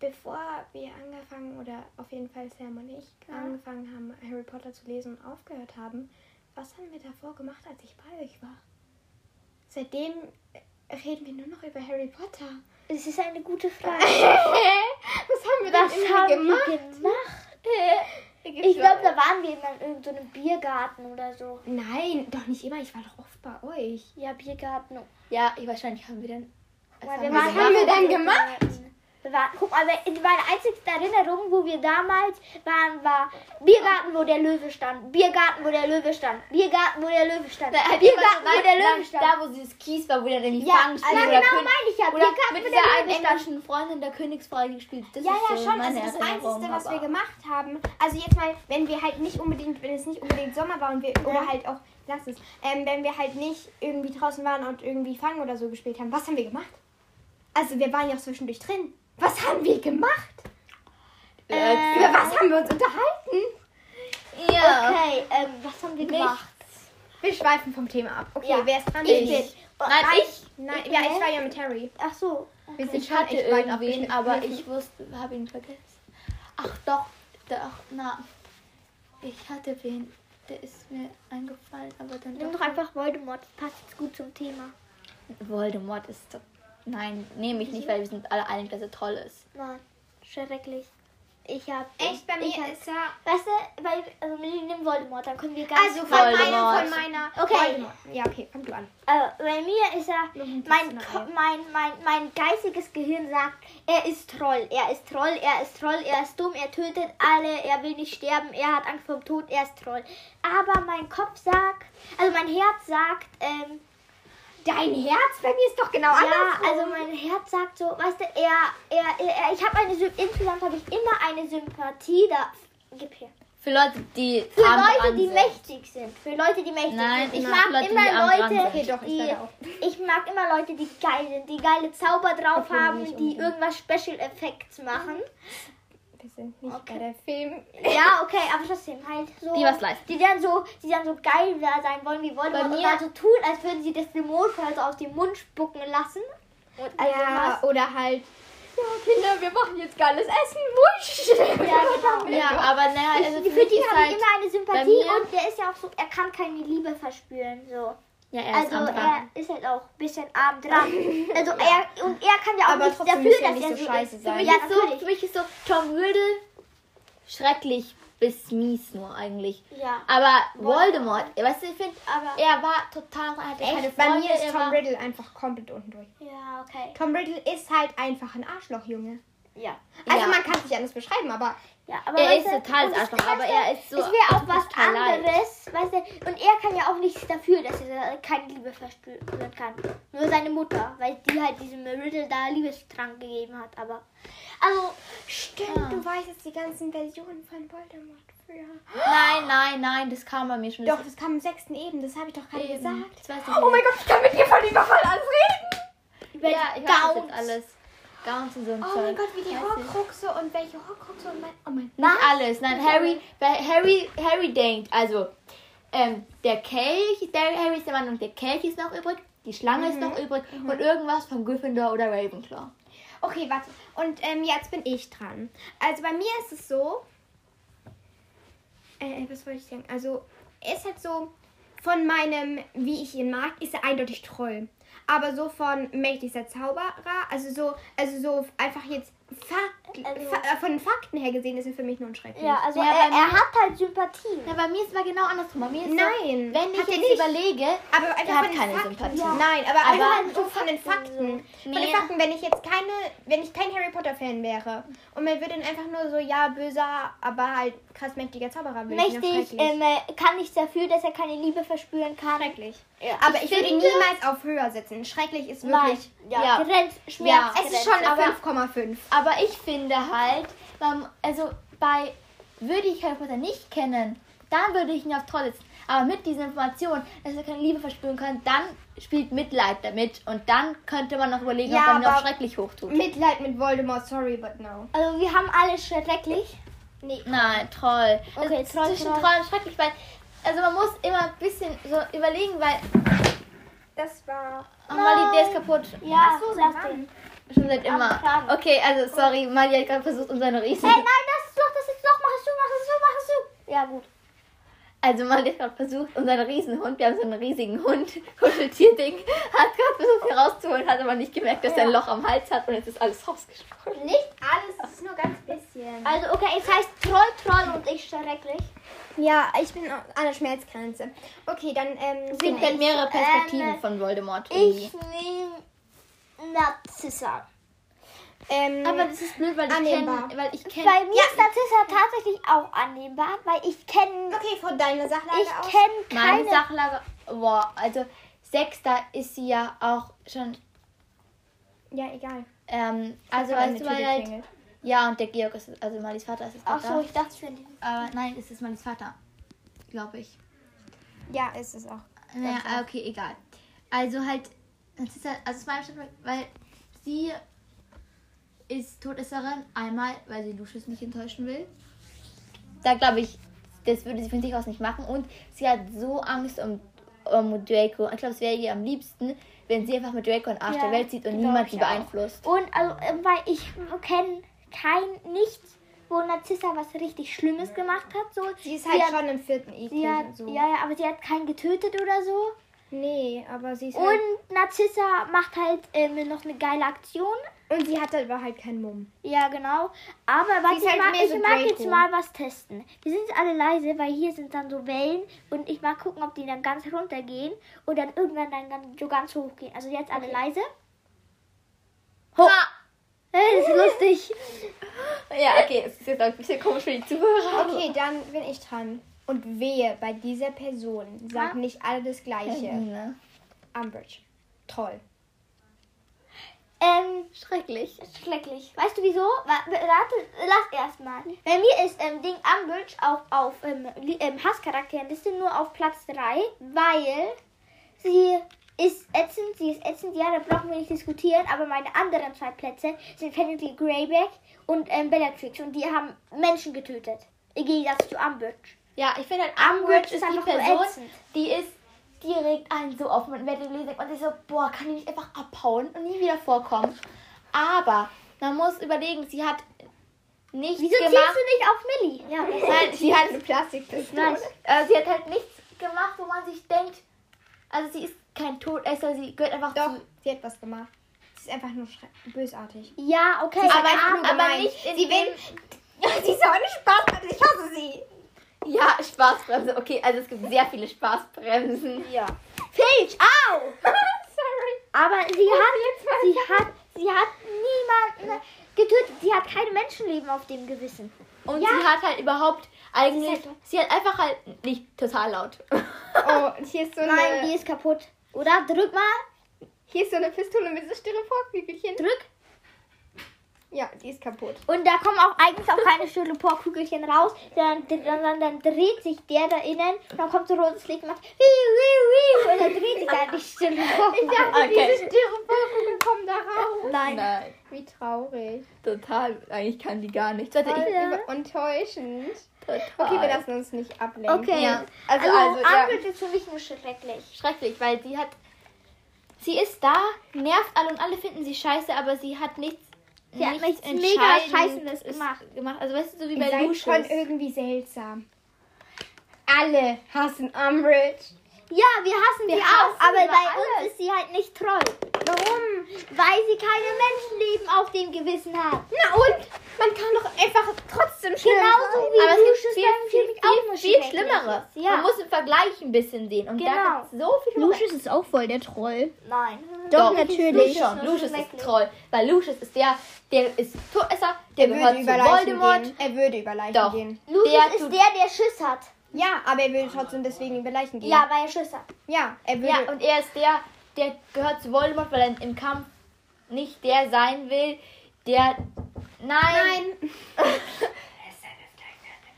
Bevor wir angefangen, oder auf jeden Fall Sam und ich, angefangen haben, Harry Potter zu lesen und aufgehört haben, was haben wir davor gemacht, als ich bei euch war? Seitdem äh, reden wir nur noch über Harry Potter. Es ist eine gute Frage. Was haben wir Was denn haben irgendwie wir gemacht? gemacht? Ich glaube, da waren wir immer in irgendeinem Biergarten oder so. Nein, doch nicht immer. Ich war doch oft bei euch. Ja, Biergarten. Ja, ich wahrscheinlich haben wir dann. Was haben wir waren- halt gemacht? wir denn Wir waren, guck mal, wir- meine einzigste Erinnerung, wo wir damals waren, war Biergarten, wo der Löwe stand. Biergarten, wo der Löwe stand. Biergarten, wo der Löwe stand. Da, *laughs* halt Biergarten, immer so wo der lang- Löwe lang- stand. da, wo dieses Kies war, wo dann irgendwie ja, Fangen also spielt genau oder König- meine ich ja. Oder Biergarten, mit wo dieser der einen Löwe stand. englischen Freundin der Königsfrage gespielt. Das Ja, ist ja, so schon. Das meine ist das Erinnerung, Einzige, was aber- Äh, wir gemacht haben. Also jetzt mal, wenn wir halt nicht unbedingt, wenn es nicht unbedingt Sommer war und wir, oder halt auch, lass es, ähm, wenn wir halt nicht irgendwie draußen waren und irgendwie Fangen oder so gespielt haben, was haben wir gemacht? Also wir waren ja auch zwischendurch drin. Was haben wir gemacht? Äh, Über was haben wir uns unterhalten? ja. Okay, ähm, was haben wir Nichts. gemacht? Wir schweifen vom Thema ab. Okay, Ja. wer ist dran? Ich bin. Nein, ich, Nein, ja, ich war ja mit Harry. Ach so. Wir sind ich schon hatte echt weit irgendwen, abgeschnitten. aber ich wusste, habe ihn vergessen. Ach doch, doch, na. Ich hatte wen, der ist mir eingefallen, aber dann Nimm doch einfach Voldemort. Das passt jetzt gut zum Thema. Voldemort ist doch. Nein, nehme ich nicht, weil wir sind alle einig, dass er toll ist. Nein, schrecklich. Ich hab... Echt, bei ich hab- mir ist er... Weißt du, weil... Also, nimm Voldemort, dann können wir ganz... Also von meiner, von meiner. Okay. Voldemort. Ja, okay, fang du an. Äh, bei mir ist er, Noch ein bisschen mein, nach Ko- oben. mein, mein, mein geistiges Gehirn sagt, er ist Troll, er ist Troll, er ist Troll, er ist dumm, er tötet alle, er will nicht sterben, er hat Angst vor dem Tod, er ist Troll. Aber mein Kopf sagt, also mein Herz sagt, ähm, Dein Herz bei mir ist doch genau ja, andersrum. also mein Herz sagt so, weißt du, er, er, er ich habe eine, Symp- insgesamt habe ich immer eine Sympathie da, gib her. Für Leute, die. Für Leute, die mächtig sind. Für Leute, die mächtig Nein, sind. Ich nein. mag Leute, die am immer Rand Leute, sind. Okay, doch, ich die, werde auch. ich mag immer Leute, die geil sind, die geile Zauber drauf Obwohl die haben, nicht die unbedingt. irgendwas Special Effects machen. Wir sind nicht Okay. bei der Film. Ja, okay, aber trotzdem halt so. Die was leisten. Die dann so, die dann so geil da sein wollen, wie wollen Bei wir mir- da so tun, als würden sie das Mimosfall so aus dem Mund spucken lassen. Und also ja, was? oder halt. Ja, Kinder, wir machen jetzt geiles Essen. Wusch. *laughs* Ja, genau. Ja, aber naja, also Ich, für für mich die ist habe ich halt. immer eine Sympathie mir- und der ist ja auch so, er kann keine Liebe verspüren, so. Ja, er ist Also am Dran. er ist halt auch ein bisschen arm *laughs* dran. Also er und er kann ja auch Aber nichts trotzdem dafür, müssen wir dass nicht er so so scheiße ist. Für sein. mich, Ja, ist so, natürlich. für mich ist so Tom Riddle schrecklich bis mies nur eigentlich. Ja, Aber Voldemort, weißt du, ich finde, aber er war total, er hatte keine Echt? Bei Freunde. mir ist er Tom war, Riddle einfach komplett unten durch. ja, okay. Tom Riddle ist halt einfach ein Arschloch, Junge. Ja. Also Ja. man kann es nicht anders beschreiben, aber Ja, aber er weißt ist du, total und das einfach, aber Krasse, er ist so. es wäre auch was total leid. anderes, weißt du, und er kann ja auch nichts dafür, dass er keine Liebe verspüren kann. Nur seine Mutter, weil die halt diesem Riddle da Liebestrank gegeben hat, aber also stimmt, du du weißt jetzt die ganzen Versionen von Voldemort früher. Nein, nein, nein, das kam bei mir schon. Doch, das kam im sechsten Eben, das habe ich doch gerade Eben. gesagt. Das weiß ich Oh nicht. mein Gott, ich kann mit dir von Überfall alles reden. Ja, ich weiß das jetzt alles. Gauns und so ein Oh Zeug. mein Gott, wie die Weiß ich. Horcruxe und welche Horcruxe und mein... Oh mein Nicht alles. Nein, Harry, weil Harry, Harry denkt, also ähm, der Kelch, der Harry ist der Meinung, der Kelch ist noch übrig, die Schlange ist noch übrig und irgendwas von Gryffindor oder Ravenclaw. Okay, warte. Und ähm, jetzt bin ich dran. Also bei mir ist es so. Äh, was wollte ich sagen? Also, er ist halt so, von meinem, wie ich ihn mag, ist er eindeutig Troll. Aber so von mächtigster Zauberer, also so, also so einfach jetzt Fakt, Also- Fa äh, von den Fakten her gesehen, ist er für mich nur ein Schrecknis. Ja, also Ja, er, bei er hat halt Sympathie. Ja, bei mir ist es mal genau andersrum. Bei mir ist Nein, so, wenn ich hat er jetzt nicht. überlege, aber einfach er hat von den keine Fakten. Sympathie. Ja. Nein, aber, Aber- einfach halt so von den Fakten. Von Nee. den Fakten, wenn ich jetzt keine, wenn ich kein Harry Potter Fan wäre und man würde ihn einfach nur so, ja, böser, aber halt krass mächtiger Zauberer würde ich ihn ja Mächtig, schrecklich. ähm, äh, kann nichts dafür, dass er keine Liebe verspüren kann. schrecklich. Ja. Aber ich, würde ihn finde- niemals auf höher setzen. Schrecklich ist Nein, wirklich. ja, Ja. Grenz, Ja. Schmerz, Es ist schon eine 5,5. Aber ich finde halt, man, also bei, würde ich Harry Potter nicht kennen, dann würde ich ihn auf Troll setzen. Aber mit dieser Information, dass er keine Liebe verspüren kann, dann spielt Mitleid damit. Und dann könnte man noch überlegen, Ja, ob man ihn auch aber- schrecklich hochtut. Mitleid mit Voldemort, sorry, but no. Also wir haben alle schrecklich. Nein, Troll. Okay, Also Troll, zwischen Troll. Troll. und schrecklich, weil, also man muss immer ein bisschen so überlegen, weil, Das war. oh, Mali, der ist kaputt. Ja, so, lass seit wann? den. Schon seit immer. Kragen. Okay, also sorry, Mali hat gerade versucht, um seine Riesen. Hey, nein, das ist doch, das ist doch, mach es du, mach es du, mach es du. Ja, gut. Also man hat gerade versucht, unseren Riesenhund, wir haben so einen riesigen Hund, *laughs* Kuscheltierding, hat gerade versucht herauszuholen, hat aber nicht gemerkt, dass er ein Ja. Loch am Hals hat und jetzt ist alles rausgesprungen. Nicht alles, es ist nur ganz bisschen. Also, okay, es heißt Troll, Troll und ich schrecklich. Ja, ich bin an der Schmerzgrenze. Okay, dann ähm, Es gibt halt mehrere Perspektiven Ähm, von Voldemort. Ich nehme Narzissa. ähm, aber das ist blöd, weil ich Annehmbar. kenne, weil ich Bei kenne, mir ist Narzissa tatsächlich auch annehmbar, weil ich kenne, okay, von deiner Sachlage aus. ich kenne meine keine. Sachlage, boah, also Sechster ist sie ja auch schon, Ja, egal. ähm, also Hat weißt meine du, Tür weil halt, geklingelt. ja und der Georg ist, also Malis Vater ist jetzt auch Ach so, da, ich dachte schon. aber nein, es ist Malis Vater, glaube ich. Ja, ist es auch. Naja, ah, okay, egal. Also halt, das ist halt, also es war einfach, weil sie ist Todesserin, einmal, weil sie Lucius nicht enttäuschen will. Da glaube ich, das würde sie von sich aus nicht machen. Und sie hat so Angst um, um Draco. Ich glaube, es wäre ihr am liebsten, wenn sie einfach mit Draco einen Arsch Ja, der Welt sieht und glaub niemand ich sie auch. beeinflusst. Und also, äh, weil ich kenne kein nichts, wo Narzissa was richtig Schlimmes gemacht hat. So. Sie ist halt hat- schon im vierten eklig Sie und hat, so. ja, ja, aber sie hat keinen getötet oder so. Nee, aber sie ist halt, Und Narzissa macht halt ähm, noch eine geile Aktion. und sie hat halt aber halt keinen Mumm. Ja, genau. Aber warte, ist ich halt mag, mehr ich so mag Draco. jetzt mal was testen. Wir sind jetzt alle leise, weil hier sind dann so Wellen. Und ich mag gucken, ob die dann ganz runtergehen. Und dann irgendwann dann ganz, so ganz hoch gehen. Also jetzt alle leise. *laughs* Ho! Äh, Das ist lustig. Ja, okay, es ist jetzt auch ein bisschen komisch für die Zuhörer. Okay, dann bin ich dran. Und wehe, bei dieser Person Ah. sagen nicht alle das Gleiche. Ne? Umbridge. Troll. Ähm, Schrecklich. schrecklich. Weißt du wieso? Wa- Rate, lass erstmal. Mhm. Bei mir ist ähm, Ding Umbridge auch auf ähm, Li- ähm, Hasscharakterenliste nur auf Platz 3, weil sie ist ätzend, sie ist ätzend, ja, da brauchen wir nicht diskutieren, aber meine anderen zwei Plätze sind Penelope Greyback und ähm, Bellatrix und die haben Menschen getötet. Im Gegensatz zu Umbridge. Ja, ich finde halt, Umbridge ist Umbridge ist die einfach nur Person, ätzend. die ist, die regt einen so auf. Man wird lesen und ist so, boah, kann die nicht einfach abhauen und nie wieder vorkommen. Aber man muss überlegen, sie hat nichts Wieso ziehst gemacht. du nicht auf Millie? Ja, Nein, sie hat eine Plastikpistole. Nein. Äh, sie hat halt nichts gemacht, wo man sich denkt, also sie ist kein Todesser, sie gehört einfach doch, *laughs* zu. sie hat was gemacht. Sie ist einfach nur schre- bösartig. Ja, okay. Sie ist aber halt ab- klug. ab- aber nicht in sie will. sie ist auch eine Spaß, ich hasse sie. Ja, Spaßbremse. Okay, also es gibt sehr viele Spaßbremsen. Ja. Filch, au! *laughs* Sorry. Aber sie hat, sie hat, sie hat niemanden getötet. Sie hat keine Menschenleben auf dem Gewissen. Und Ja. sie hat halt überhaupt Das eigentlich. ist halt- Sie hat einfach halt nicht total laut. Oh, hier ist so eine. Nein, die ist kaputt. Oder? Drück mal. Hier ist so eine Pistole mit so Styroporkügelchen. Drück. Ja, die ist kaputt. Und da kommen auch eigentlich auch keine Styroporkugelchen raus, sondern dann, dann, dann dreht sich der da innen und dann kommt so rotes Licht und macht wiu, wiu, wiu, und dann dreht sich dann die *laughs* Styroporkugel. Okay. Diese Styroporkugeln kommen da raus. Nein. Nein, Wie traurig. total. Eigentlich kann die gar nichts. Warte, Voll ich, Ja. über- enttäuschend. total. Okay, wir lassen uns nicht ablenken. Okay. Ja. Also, Also, also, ja. Umbridge ist für mich nur schrecklich. Schrecklich, weil sie hat. Sie ist da, nervt alle und alle finden sie scheiße, aber sie hat nichts. Sie hat nichts mega Entscheidendes Scheißendes gemacht. gemacht. Also, weißt du, so wie Ihr bei seid schon Lucius. irgendwie seltsam. Alle hassen Umbridge. Ja, wir hassen Wir sie hassen auch, aber über bei alles. uns ist sie halt nicht treu. Warum? Weil sie keine Menschenleben auf dem Gewissen hat. Na und? Man kann doch einfach trotzdem Genau schlimm Genauso sein. wie Aber es gibt Lucius viel, dann viel, ziemlich auch viel, nur viel schrecklich. Schlimmeres. Ja. Man muss im Vergleich ein bisschen sehen. Und da Genau. gibt so viel Lucius ist auch voll der Troll. Nein. Doch, natürlich. Lucius, schon. Lucius Lucius ist ist Troll. Weil Lucius ist der, der ist Todesser, der Er würde gehört Also zu über Leichen Voldemort. gehen. Er würde über Leichen Doch. gehen. Lucius Der ist tut- der, der Schiss hat. Ja, aber er würde trotzdem deswegen über Leichen gehen. Ja, weil er Schiss hat. Ja, er würde. Ja, und er ist der, der gehört zu Voldemort, weil er im Kampf nicht der sein will, der. Nein! Nein. *laughs*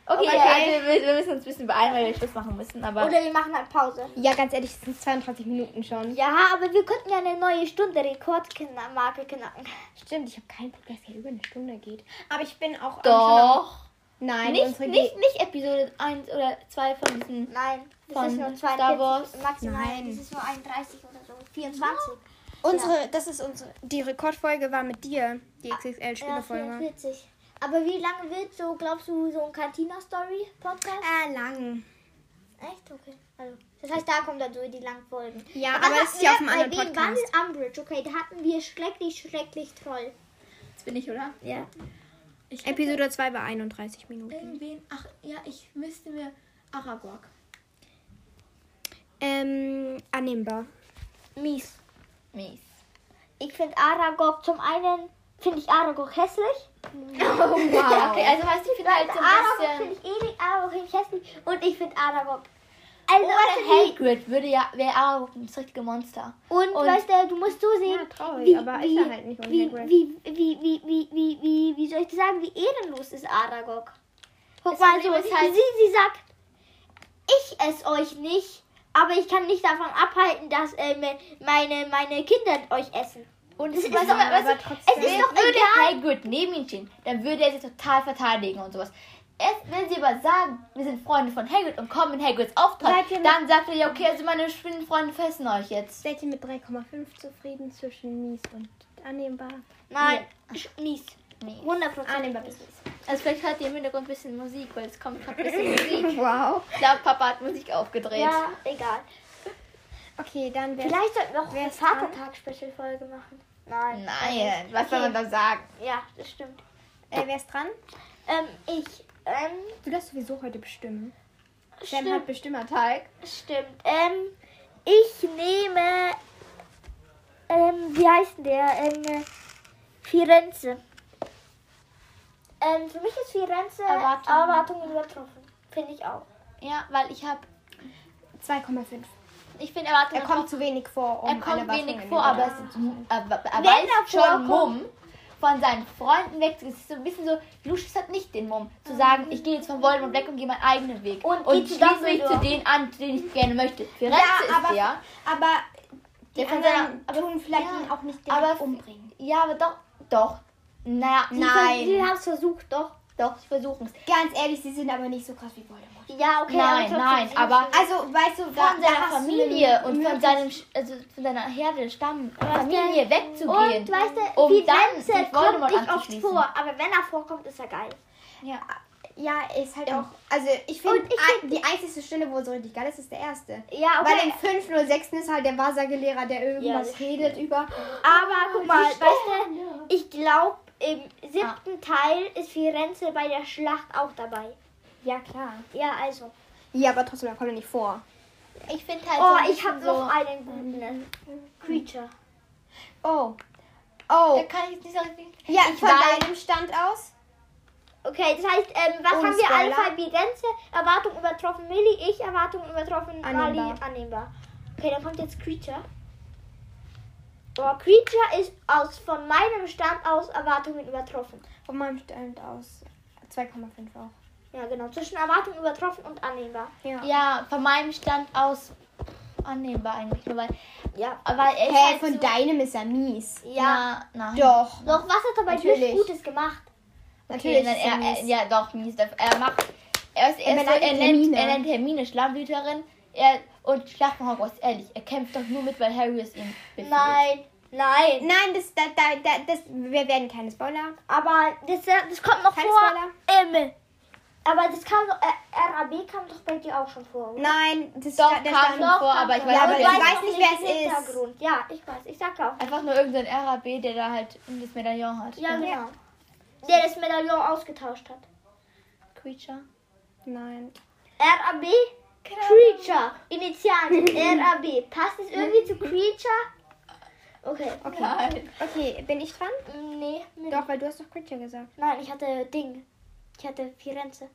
Okay, Okay. Also wir, wir müssen uns ein bisschen beeilen, weil wir Schluss machen müssen, aber. Oder wir machen halt Pause. Ja, ganz ehrlich, es sind 22 Minuten schon. Ja, aber wir könnten ja eine neue Stunde Rekordmarke knacken. Stimmt, ich habe keinen Podcast, der über eine Stunde geht. Aber ich bin auch. Schon am- doch! Nein, Nicht, unsere nicht, nicht Episode 1 oder 2 von diesen. Nein, das Von ist nur Star 42 Wars? maximal. Nein. Das ist nur 31 oder so. 24. Unsere, das ist unsere, die Rekordfolge war mit dir, die Ja, XXL-Spielefolge. 44. Aber wie lange wird so, glaubst du, so ein Cantina-Story-Podcast? Äh, lang. Echt? Okay. Also, das heißt, da kommen dann so die langen Folgen. Ja, aber das ist ja auf einem anderen Wann Podcast. ist Umbridge? Okay, da hatten wir schrecklich, schrecklich toll. Jetzt bin ich, oder? Ja. Ich Episode 2 war 31 Minuten. Irgendwen. Ach, ja, ich müsste mir Aragog. Ähm, annehmbar. Mies. *laughs* Mies. Ich finde Aragog zum einen, finde ich Aragog hässlich. Oh, *laughs* Wow. Okay, also heißt, ich finde halt so Aragog ein finde bisschen. ich eklig, Aragog finde ich hässlich und ich finde Aragog. Oh, Also, weißt du, wie- Oder Oh, Hagrid würde ja, wäre Aragog ein richtiges Monster. Und, Und- weißt du, du musst so sehen, Ja, traurig, wie, aber ist wie, er halt nicht ohne wie, Hagrid. wie, wie, wie, wie, wie, wie, wie soll ich das sagen, wie ehrenlos ist Aragog. Guck Das mal, so, Problem ist halt- sie, sie sagt, ich esse euch nicht, aber ich kann nicht davon abhalten, dass äh, me- meine, meine Kinder euch essen. Und Das es ist ist, doch- doch, weißt aber du, trotzdem- es ist doch würde Hagrid neben ihm stehen, dann würde er sich total verteidigen und sowas. Erst wenn sie aber sagen, wir sind Freunde von Hagrid und kommen in Hagrids Auftrag, Seid ihr mit- dann sagt er ja, okay, also meine Spinnenfreunde fressen euch jetzt. Seid ihr mit 3,5 zufrieden zwischen mies und annehmbar? Nein, sch- mies. Nee. 100 Prozent. Annehmbar bis mies. Also vielleicht hört ihr im Hintergrund ein bisschen Musik, weil es kommt gerade ein *laughs* bisschen Musik. Wow. Ich glaube, Papa hat Musik aufgedreht. Ja, egal. Okay, dann wäre Vielleicht sollten wir auch Wer eine ist dran? Vatertag-Special-Folge machen. Nein. Nein, was soll man da sagen? Ja, das stimmt. äh, wer ist dran? Ähm, ich, ähm, Du darfst sowieso heute bestimmen. Sam hat stimmt. Bestimmertag. Stimmt. Ähm, ich nehme. Ähm, wie heißt denn der? Ähm, äh, Firenze. Ähm, für mich ist Firenze Erwartungen. Erwartungen übertroffen. Finde ich auch. Ja, weil ich habe, 2,5. ich finde Erwartungen Er kommt zu wenig vor. um Er kommt eine Waffe wenig in vor, den aber Mund es ist, aber, Wenn aber er ist schon vorkommt- Mumm von seinen Freunden weg. Es ist so ein bisschen so, Lucius hat nicht den Mumm, zu sagen, ich gehe jetzt von Voldemort weg und gehe meinen eigenen Weg. Und Und, geht zu schließe mich Dumbledore. zu denen an, denen ich gerne möchte. Firenze Ja, ist aber, der. aber Die Der von anderen seiner- aber- tun vielleicht ja, ihn auch nicht direkt aber- umbringen. Ja, aber doch. Doch. Naja, Die nein. Die haben es versucht, doch. doch, sie versuchen es. Ganz ehrlich, sie sind aber nicht so krass wie Voldemort. Ja, okay. aber nein, trotzdem, nein, sie- aber Also, weißt du, da, von da seiner hast du eine Familie und von Möglichkeit- seinem, Sch- also von seiner Herde, Stamm, Was Familie wegzugehen. Und weißt du, um wie dann Wenzel sich Voldemort kommt nicht oft anzuschließen. vor, aber wenn er vorkommt, ist er geil. ja. Ja, ist halt auch. Also, ich finde, Und ich ein- die einzigste Stelle, wo es so richtig geil ist, ist der erste. Ja, Bei okay. den 506 ist halt der Wahrsagelehrer, der irgendwas das redet über. Aber guck mal, weißt du, ich glaube, im siebten Teil ist Firenze bei der Schlacht auch dabei. Ja, klar. Ja, also. Ja, aber trotzdem, da kommt er nicht vor. Ich finde halt Oh, so ein ich habe bisschen noch so, einen guten äh, Creature. Oh. Da Oh. kann ich jetzt nicht so richtig... Ja, ich von weiß- deinem Stand aus? Okay, das heißt, ähm, was Ohne haben wir alle Spoiler. Fabirenze? Erwartung übertroffen, Millie, ich, Erwartung übertroffen, Mali, Annehmbar. annehmbar. Okay, dann kommt jetzt Creature. Oh, Creature ist aus von meinem Stand aus Erwartungen übertroffen. Von meinem Stand aus. 2,5 auch. Ja, genau. Zwischen Erwartung übertroffen und annehmbar. Ja. Ja, von meinem Stand aus annehmbar eigentlich nur, weil... Ja. Aber er ist Hä, halt von so, deinem ist er mies. Ja. Na, nein. Doch. Doch, was hat er bei dir Natürlich. Gutes gemacht? Okay, Natürlich. dann ist er, er er, mies. ja, doch, mies. Er- Er macht. Er, ist, er, ist so, beleidigt er, nennt, Hermine. er nennt Hermine Schlammblüterin er, und Schlacht von Hogwarts. Ehrlich, er kämpft doch nur mit, weil Harry es ihm befiehlt. Nein, nein. Nein, das, da, da, da, das, wir werden keine Spoiler. Aber das, äh, das kommt noch Kein vor. Spoiler. Ähm, aber das kam doch, äh, RAB kam doch bei dir auch schon vor. oder? Nein, das Doch, der kam Stand. noch. vor, aber ich weiß Ja, aber nicht, ich wer- weiß nicht, wer es den ist. Hintergrund. Ja, ich weiß. Ich sag auch. Einfach nur irgendein RAB, der da halt das Medaillon hat. Ja, genau. Der das Medaillon ausgetauscht hat. Creature. Nein. RAB Genau. Creature. Initialen RAB. Passt es irgendwie zu Creature? Okay. Okay. Nein. Okay, bin ich dran? Mm, Nee, nee. Doch, weil du hast doch Creature gesagt. Nein, ich hatte Ding. Ich hatte Firenze.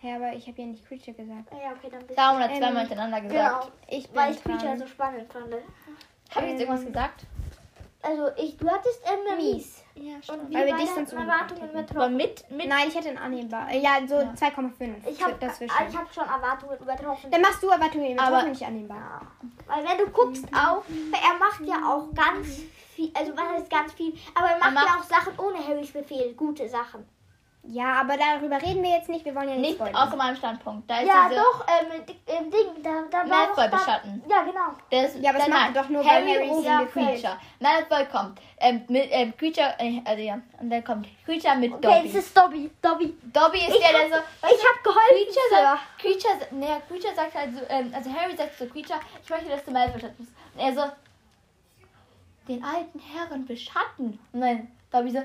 Ja, aber ich habe ja nicht Creature gesagt. Ah Ja, okay, dann bist du. Darum hat Ähm, zweimal hintereinander gesagt. Genau. Ich bin Weil ich dran. Creature so spannend fand. Habe ich jetzt irgendwas gesagt? Also, ich, du hattest ähm, Mies. Ja, Und schon. wir Weil wir beide dich sonst hatten umgebracht Erwartungen hätten. Aber übertroffen. mit, mit. Nein, ich hätte einen annehmbar. Ja, so 2,5 Ich habe dazwischen. ich hab schon Erwartungen übertroffen. Dann machst du Erwartungen übertroffen, Aber- nicht annehmbar. Weil wenn du guckst auch, weil er macht ja auch ganz viel, also was heißt ganz viel, aber er macht, macht- ja auch Sachen ohne Harrys Befehl, gute Sachen. Ja, aber darüber reden wir jetzt nicht. Wir wollen ja nicht Nicht spoilern. außer meinem Standpunkt. Da ist ja, diese, doch, ähm, di- ähm, Ding, da, da war also Malfoy doch da- beschatten. Ja, genau. Das, Ja, aber das nein, macht er doch nur, Harry weil Harry ruft sie ja, befehlt. Creature. Malfoy kommt. Ähm, mit, ähm, Creature, äh, also ja, und dann kommt Creature mit Okay, Dobby. es ist Dobby, Dobby. Dobby ist Ich der, der hab- so... Ich hab geholfen, Creature Sir. sagt, Creature, sa- naja, Creature sagt halt so, ähm, also Harry sagt zu Creature, ich möchte, dass du mal beschatten musst. Und er so, den alten Herren beschatten. Und dann Dobby so,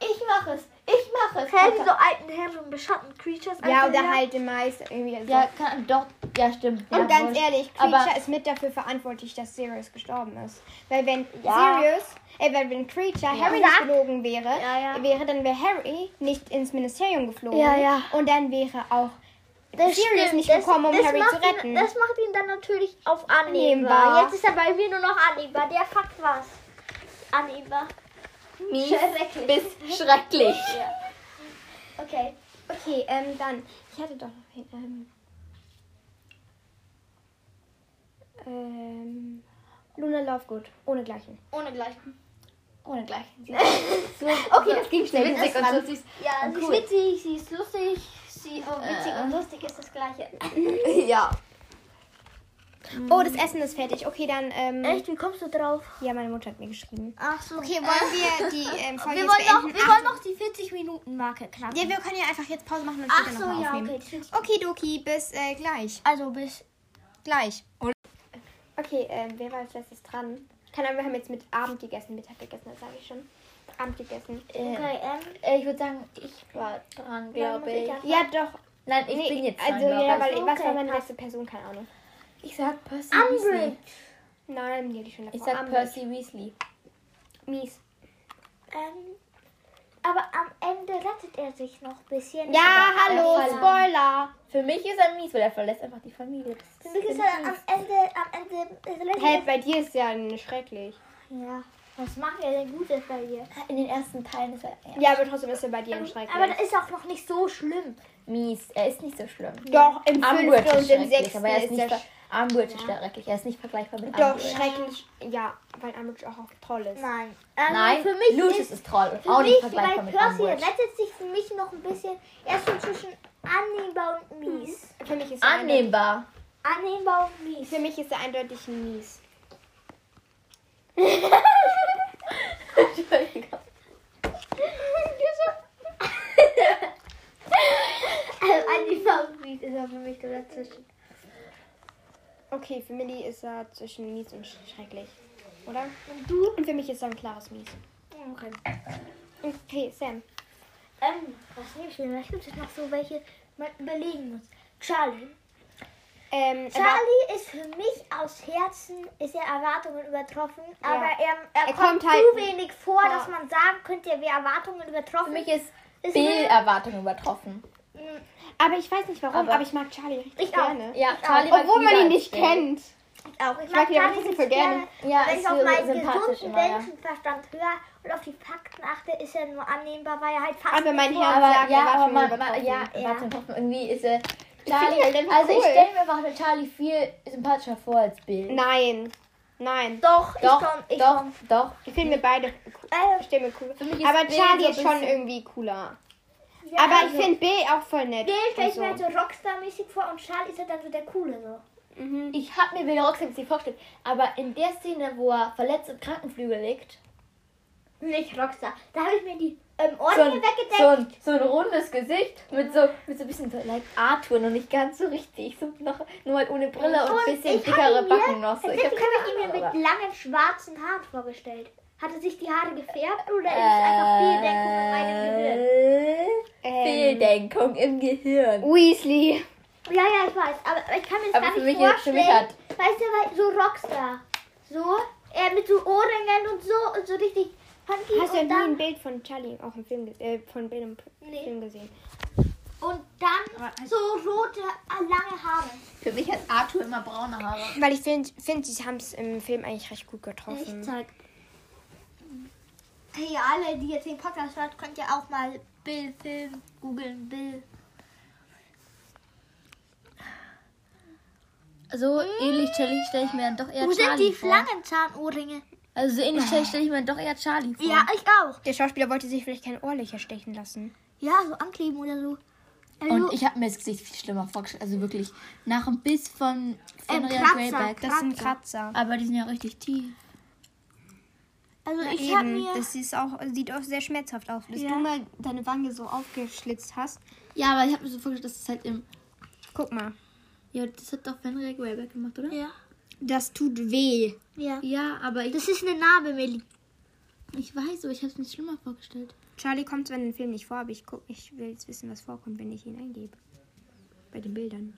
ich mache es, ich mache es. Harry, so alten Herren beschatten Creatures. Also Ja, einfach oder wieder. halt im Mais irgendwie. So. ja, kann, doch, ja, stimmt. Und ja, ganz wohl. ehrlich, Creature Aber- ist mit dafür verantwortlich, dass Sirius gestorben ist. Weil wenn Ja. Sirius, äh, weil wenn Creature Harry Ja. nicht geflogen wäre, Ja, ja. wäre dann wäre Harry nicht ins Ministerium geflogen. Ja, ja. Und dann wäre auch Das Sirius stimmt, nicht das- gekommen, um das Harry macht zu retten. Ihn, das macht ihn dann natürlich auf annehmbar. Annehmbar. Jetzt ist er bei mir nur noch annehmbar. Der Fakt war's. Annehmbar. mies schrecklich. bis schrecklich. Okay. okay. Ähm, dann ich hatte doch noch hin, ähm, ähm, Luna Lovegood ohne gleichen. Ohne *laughs* gleich. Ohne gleich. Okay, das ging schnell. Witzig und so süß. Ja, sie cool. ist witzig, sie ist lustig, sie oh, witzig und lustig ist das gleiche. Ja. Oh, das Essen ist fertig. Okay, dann. Ähm, Wie kommst du drauf? Ja, meine Mutter hat mir geschrieben. Ach so. Okay, wollen wir die *laughs* ähm, Folge wir jetzt wollen, noch, beenden? wir wollen noch die 40 Minuten Marke Ach, knacken. ja, wir können ja einfach jetzt Pause machen und Ach später so, nochmal ja, aufnehmen. okay. tschüss. Okidoki, bis äh, gleich. Also bis Gleich. Okay, ähm, wer war als letztes dran? Keine Ahnung, wir haben jetzt mit Abend gegessen, Mittag gegessen, das sage ich schon. Abend gegessen. okay, ähm, Äh, ich würde sagen, ich war dran, glaube muss ich ich. ja- Ja, doch. Nein, ich Nee, bin jetzt dran, also, glaub ja, ich. weil was war Okay, meine passt. letzte Person? Keine Ahnung. Ich sag Percy Umbridge. Nein, die hatte ich schon Ich davor. sag Abend. Percy Weasley. Mies. Ähm, aber am Ende rettet er sich noch ein bisschen. Ja, Aber hallo, am Ende- Spoiler. Für mich ist er mies, weil er verlässt einfach die Familie. Das Für ist mich ist er am Ende, am Ende rettet Hey, bei dir ist ja schrecklich. er- Ja. Was macht er denn Gutes bei dir? in den ersten Teilen ist er. Ja, aber trotzdem ist er bei dir Ähm, schrecklich. Aber das ist auch noch nicht so schlimm. mies. Er ist nicht so schlimm. Doch, im Ambridge fünften und im schrecklich, sechsten aber er ist ist nicht er ver- Ambridge ist schrecklich. Er ist nicht vergleichbar mit doch Ambridge. schrecklich. Ja, weil Ambridge auch toll ist. Nein. Also Nein, für mich Lucius ist, ist Troll. für Auch nicht mich, vergleichbar weil mit Percy Ambridge. rettet sich für mich noch ein bisschen. Er ist schon zwischen annehmbar und mies. Für mich ist er eindeutig- Annehmbar. Annehmbar und mies. Mhm. *laughs* Für mich ist er eindeutig mies. also annehmbar und mies ist er für mich so dazwischen. Okay, für Millie ist er zwischen mies und sch- schrecklich. Oder? Und du? Und für mich ist er ein klares Mies. Okay. Okay, Sam. Ähm, was nehme ich denn? Vielleicht gibt es noch so welche, man überlegen muss. Charlie. Ähm, er war- Charlie ist für mich aus Herzen, ist er Erwartungen übertroffen, aber er, er, Er kommt, kommt halt zu wenig vor, vor. dass man sagen könnte, er wäre Erwartungen Für übertroffen. mich ist Ist Bill mir- Erwartungen übertroffen. aber ich weiß nicht warum, Aber- aber, ich mag Charlie richtig Ich auch. gerne. Ja, Ich Charlie war Obwohl man lieber ihn als nicht Bill. kennt. auch. Ich, mag ihn auch richtig richtig gerne. Ja, Wenn ist ich auf so meinen sympathisch gesunden immer, ja. Menschenverstand höre und auf die Fakten achte, ist er nur annehmbar, weil er halt fast Aber mein nicht Herz Aber sagt, ja, er war aber für mich man, man, ja, übertroffen. Ja. Erwartungen übertroffen. Irgendwie äh, ist er... Charlie, halt einfach also ich cool. stelle mir einfach den Charlie viel sympathischer vor als Bill. Nein. Nein. Doch, ich doch, komm, ich doch, komm. doch. Ich finde mir beide Äh, ich stell mir cool. mich ist Aber Bill Charlie so ist schon bisschen- irgendwie cooler. ja, aber also, ich finde Bill auch voll nett. Bill stelle ich Also. und mir halt so. so Rockstar-mäßig vor und Charlie ist halt dann so der Coole. So. Mhm. Ich habe mir Bill Roxanne nicht vorgestellt. Aber in der Szene, wo er verletzt im Krankenflügel liegt, Nicht Rockstar. Da habe ich mir die ähm, so Ohren ein, hier so, weggedeckt. ein, so ein rundes Gesicht mit so, mit so ein bisschen so, like Arthur, noch nicht ganz so richtig. So noch, nur halt ohne Brille und ein bisschen ich hab dickere ihn mir- Backen noch. So. Ich habe Tatsächlich habe ich ihn mir keine mit Ahnung. langen schwarzen Haaren vorgestellt. Hatte sich die Haare gefärbt oder ist es einfach viel Deckung in meinem Gehirn? Äh, Ähm, Fehldenkung im Gehirn. Weasley. Ja, ja, ich weiß. Aber aber ich kann mir das Aber gar für nicht mich ist- für vorstellen. mich hat- Weißt du, weil so Rockstar. So, er mit so Ohrringen und so und so richtig funky. Hast du ja und nie ein dann, Bild von Charlie auch im Film ge- äh, von Bill im P- Nee. Film gesehen? und dann so rote, äh, lange Haare. Für mich hat Arthur immer braune Haare. Weil ich finde, find, sie haben es im Film eigentlich recht gut Mhm. getroffen. zeig. Hey, alle, die jetzt den Podcast hört, könnt ihr auch mal Bill Film googeln. Bill. So Also, ähnlich stelle ich, stell ich mir dann doch eher Wo sind die vor. Flangenzahnohrringe? Also so ähnlich stelle ich, stell ich mir dann doch eher Charlie vor. Ja, ich auch. Der Schauspieler wollte sich vielleicht kein Ohrlöcher stechen lassen. Ja, so ankleben oder so. Also, Und ich habe mir das Gesicht viel schlimmer vorgestellt. Also wirklich nach dem Biss von Fenrir Kratzer, Greyback. Kratzer. Das ist ein Kratzer. Aber die sind ja richtig tief. also Na ich eben, habe mir. das ist auch, sieht auch sehr schmerzhaft aus, dass Ja. du mal deine Wange so aufgeschlitzt hast. Ja, aber ich habe mir so vorgestellt, dass es halt im... Guck mal, Ja, das hat doch Fenrir Greyback gemacht, oder? ja. das tut weh. ja. Ja, aber ich, Das ist eine Narbe, Millie. ich weiß, aber ich habe es mir schlimmer vorgestellt. Charlie kommt zwar in dem Film nicht vor, aber ich, guck, ich will jetzt wissen, was vorkommt, wenn ich ihn eingebe. Bei den Bildern.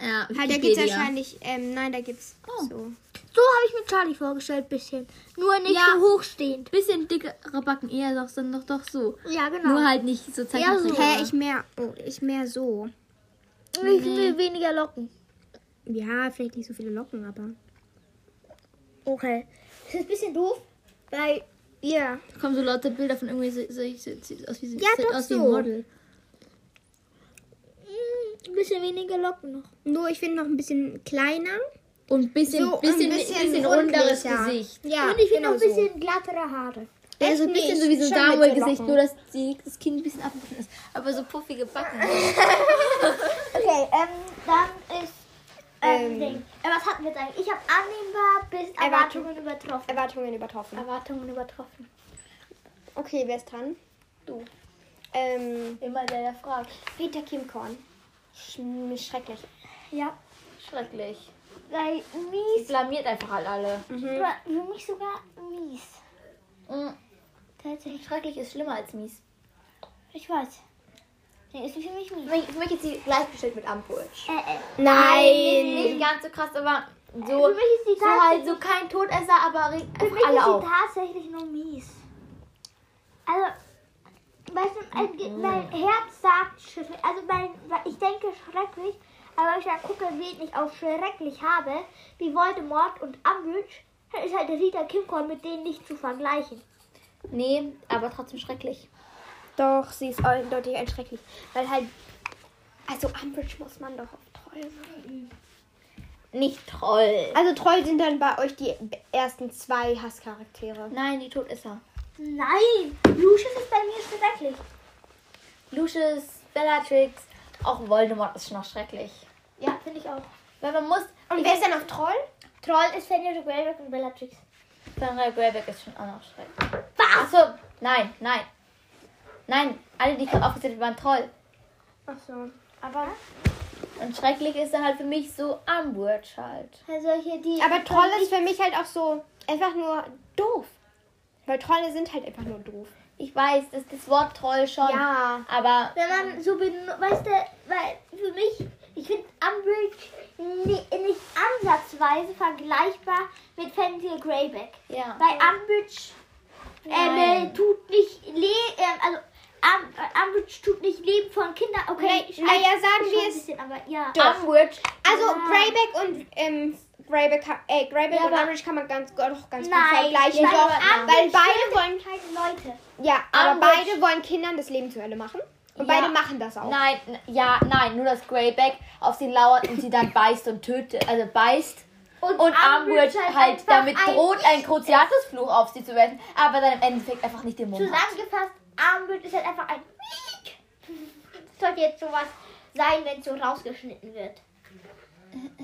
Ja, Halt, da gibt's wahrscheinlich, ähm, nein, da gibt's Oh. so. So habe ich mir Charlie vorgestellt, bisschen. Nur nicht Ja. so hochstehend. Bisschen dickere Backen, eher doch, dann doch, doch so. Ja, genau. Nur halt nicht so zeigen. Ja, so. Hä, ich mehr, oh, ich mehr so. ich will weniger Locken. Ja, vielleicht nicht so viele Locken, aber. Okay. Das ist ein bisschen doof, weil. Ja. kommen so lauter Bilder von irgendwie so, so, so, so, aus wie, so, Ja, doch aus wie so. ein Model. mm, Ein bisschen weniger Locken noch. Nur ich finde noch ein bisschen kleiner. Und bisschen, So, und bisschen, ein bisschen, bisschen runderes rundlicher. Gesicht. Ja, Und ich will genau noch ein so. bisschen glattere Haare. Ja, so ein Echt bisschen nicht, so wie so schon ein mit Also so Samuel-Gesicht, Locken. nur dass die, das Kinn ein bisschen abgebrochen ist. Aber so puffige Backen. Okay, ähm, dann ist. Ähm, Ähm. Ding. Äh, was hatten wir jetzt eigentlich? Ich habe annehmbar bis Erwartung. Erwartungen übertroffen. Erwartungen übertroffen. Erwartungen übertroffen. Okay, wer ist dran? Du. Ähm, Immer der, der fragt. Peter Kimkorn. Sch schrecklich. Ja, Schrecklich. weil mies. Blamiert einfach halt alle. Oder für mich sogar mies. Tatsächlich. Mm, Schrecklich ist schlimmer als mies. Ich weiß. Nee, ist für mich mies. Für mich, für mich ist sie gleichgestellt mit Ambridge. Äh, äh. Nein! Nicht ganz so krass, aber so, Für mich ist die so halt tatsächlich. so kein Todesser, aber regt für einfach mich alle ist auf. sie tatsächlich nur mies. Also. Weißt du, ein Ge- mein Herz sagt schrecklich. Also mein, ich denke schrecklich, aber wenn ich dann gucke, wen ich auf schrecklich habe, wie Voldemort und Umbridge, dann ist halt Rita Kimcorn mit denen nicht zu vergleichen. Nee, aber trotzdem schrecklich. Doch, sie ist eindeutig ein schrecklich. Weil halt. Also Umbridge muss man doch auf Troll sein. Nicht Troll. Also Troll sind dann bei euch die ersten zwei Hasscharaktere. Nein, die tot ist er. Nein, Lucius ist bei mir schrecklich. Lucius, Bellatrix, auch Voldemort ist schon noch schrecklich. Ja, finde ich auch. Weil man muss, Und wer ist dann auf Troll? Troll ist Fenrir Greyback und Bellatrix. Sandra Greyback ist schon auch noch schrecklich. Was? Achso, nein, nein. Nein, alle, die ich gerade aufgezählt habe, waren Troll. Ach so. Aber, Und schrecklich ist dann halt für mich so Umbridge halt. Also hier die. aber Troll ist für mich halt auch so einfach nur doof. Weil Trolle sind halt einfach nur doof. Ich weiß, das ist das Wort Troll schon. Ja. Aber Wenn man so benutzt, weißt du, weil für mich, ich finde Umbridge ni- nicht ansatzweise vergleichbar mit Fenrir Greyback. ja. Weil Umbridge ähm, äh, Nein. tut nicht le ähm, also um, äh, Umbridge tut nicht Leben von Kindern. Okay, Nee, ich- naja, ich- sagen ich wir schon ein es bisschen, aber ja. Umbridge, Also Ja. Greyback und ähm, Greyback, kann- äh, Greyback Ja, und aber- Umbridge kann man ganz, doch ganz gut Nein, vergleichen. weil Doch, Umbridge weil beide tötet wollen, kleine Leute. ja, aber Umbridge- beide wollen Kindern das Leben zur Hölle machen. Und Ja. beide machen das auch. Nein, n- ja, nein, nur dass Greyback auf sie lauert und sie dann beißt und tötet, also beißt. Und, Umbridge halt, einfach damit ein- droht, einen Cruciatus-Fluch auf sie zu werfen, aber dann im Endeffekt einfach nicht den Mund hat. Zusammengefasst, Umbridge ist halt einfach ein Weak. *laughs* Das sollte jetzt sowas sein, wenn es so rausgeschnitten wird.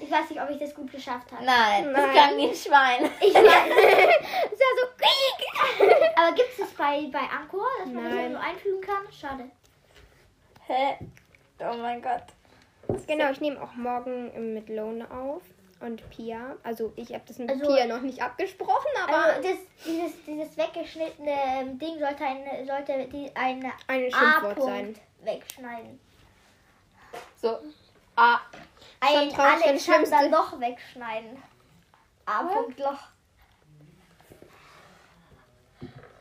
Ich weiß nicht, ob ich das gut geschafft habe. Nein, das Nein. klang wie ein Schwein. Ich weiß. *laughs* ist ja so quiek. *laughs* Aber gibt es das bei, bei Anchor, dass man das Nein. so einfügen kann? Schade. *laughs* Hä? Oh mein Gott. Genau, ich nehme auch morgen ähm, mit Lone auf und Pia. Also ich habe das mit Also- Pia noch nicht abgesprochen, aber Also das, dieses, dieses weggeschnittene ähm, Ding sollte eine, sollte die eine ein Schimpfwort sein. A-Punkt wegschneiden. So. Ah, traurig, Ein wenn das Alexander Schlimmste- Loch wegschneiden. A-Punkt Loch.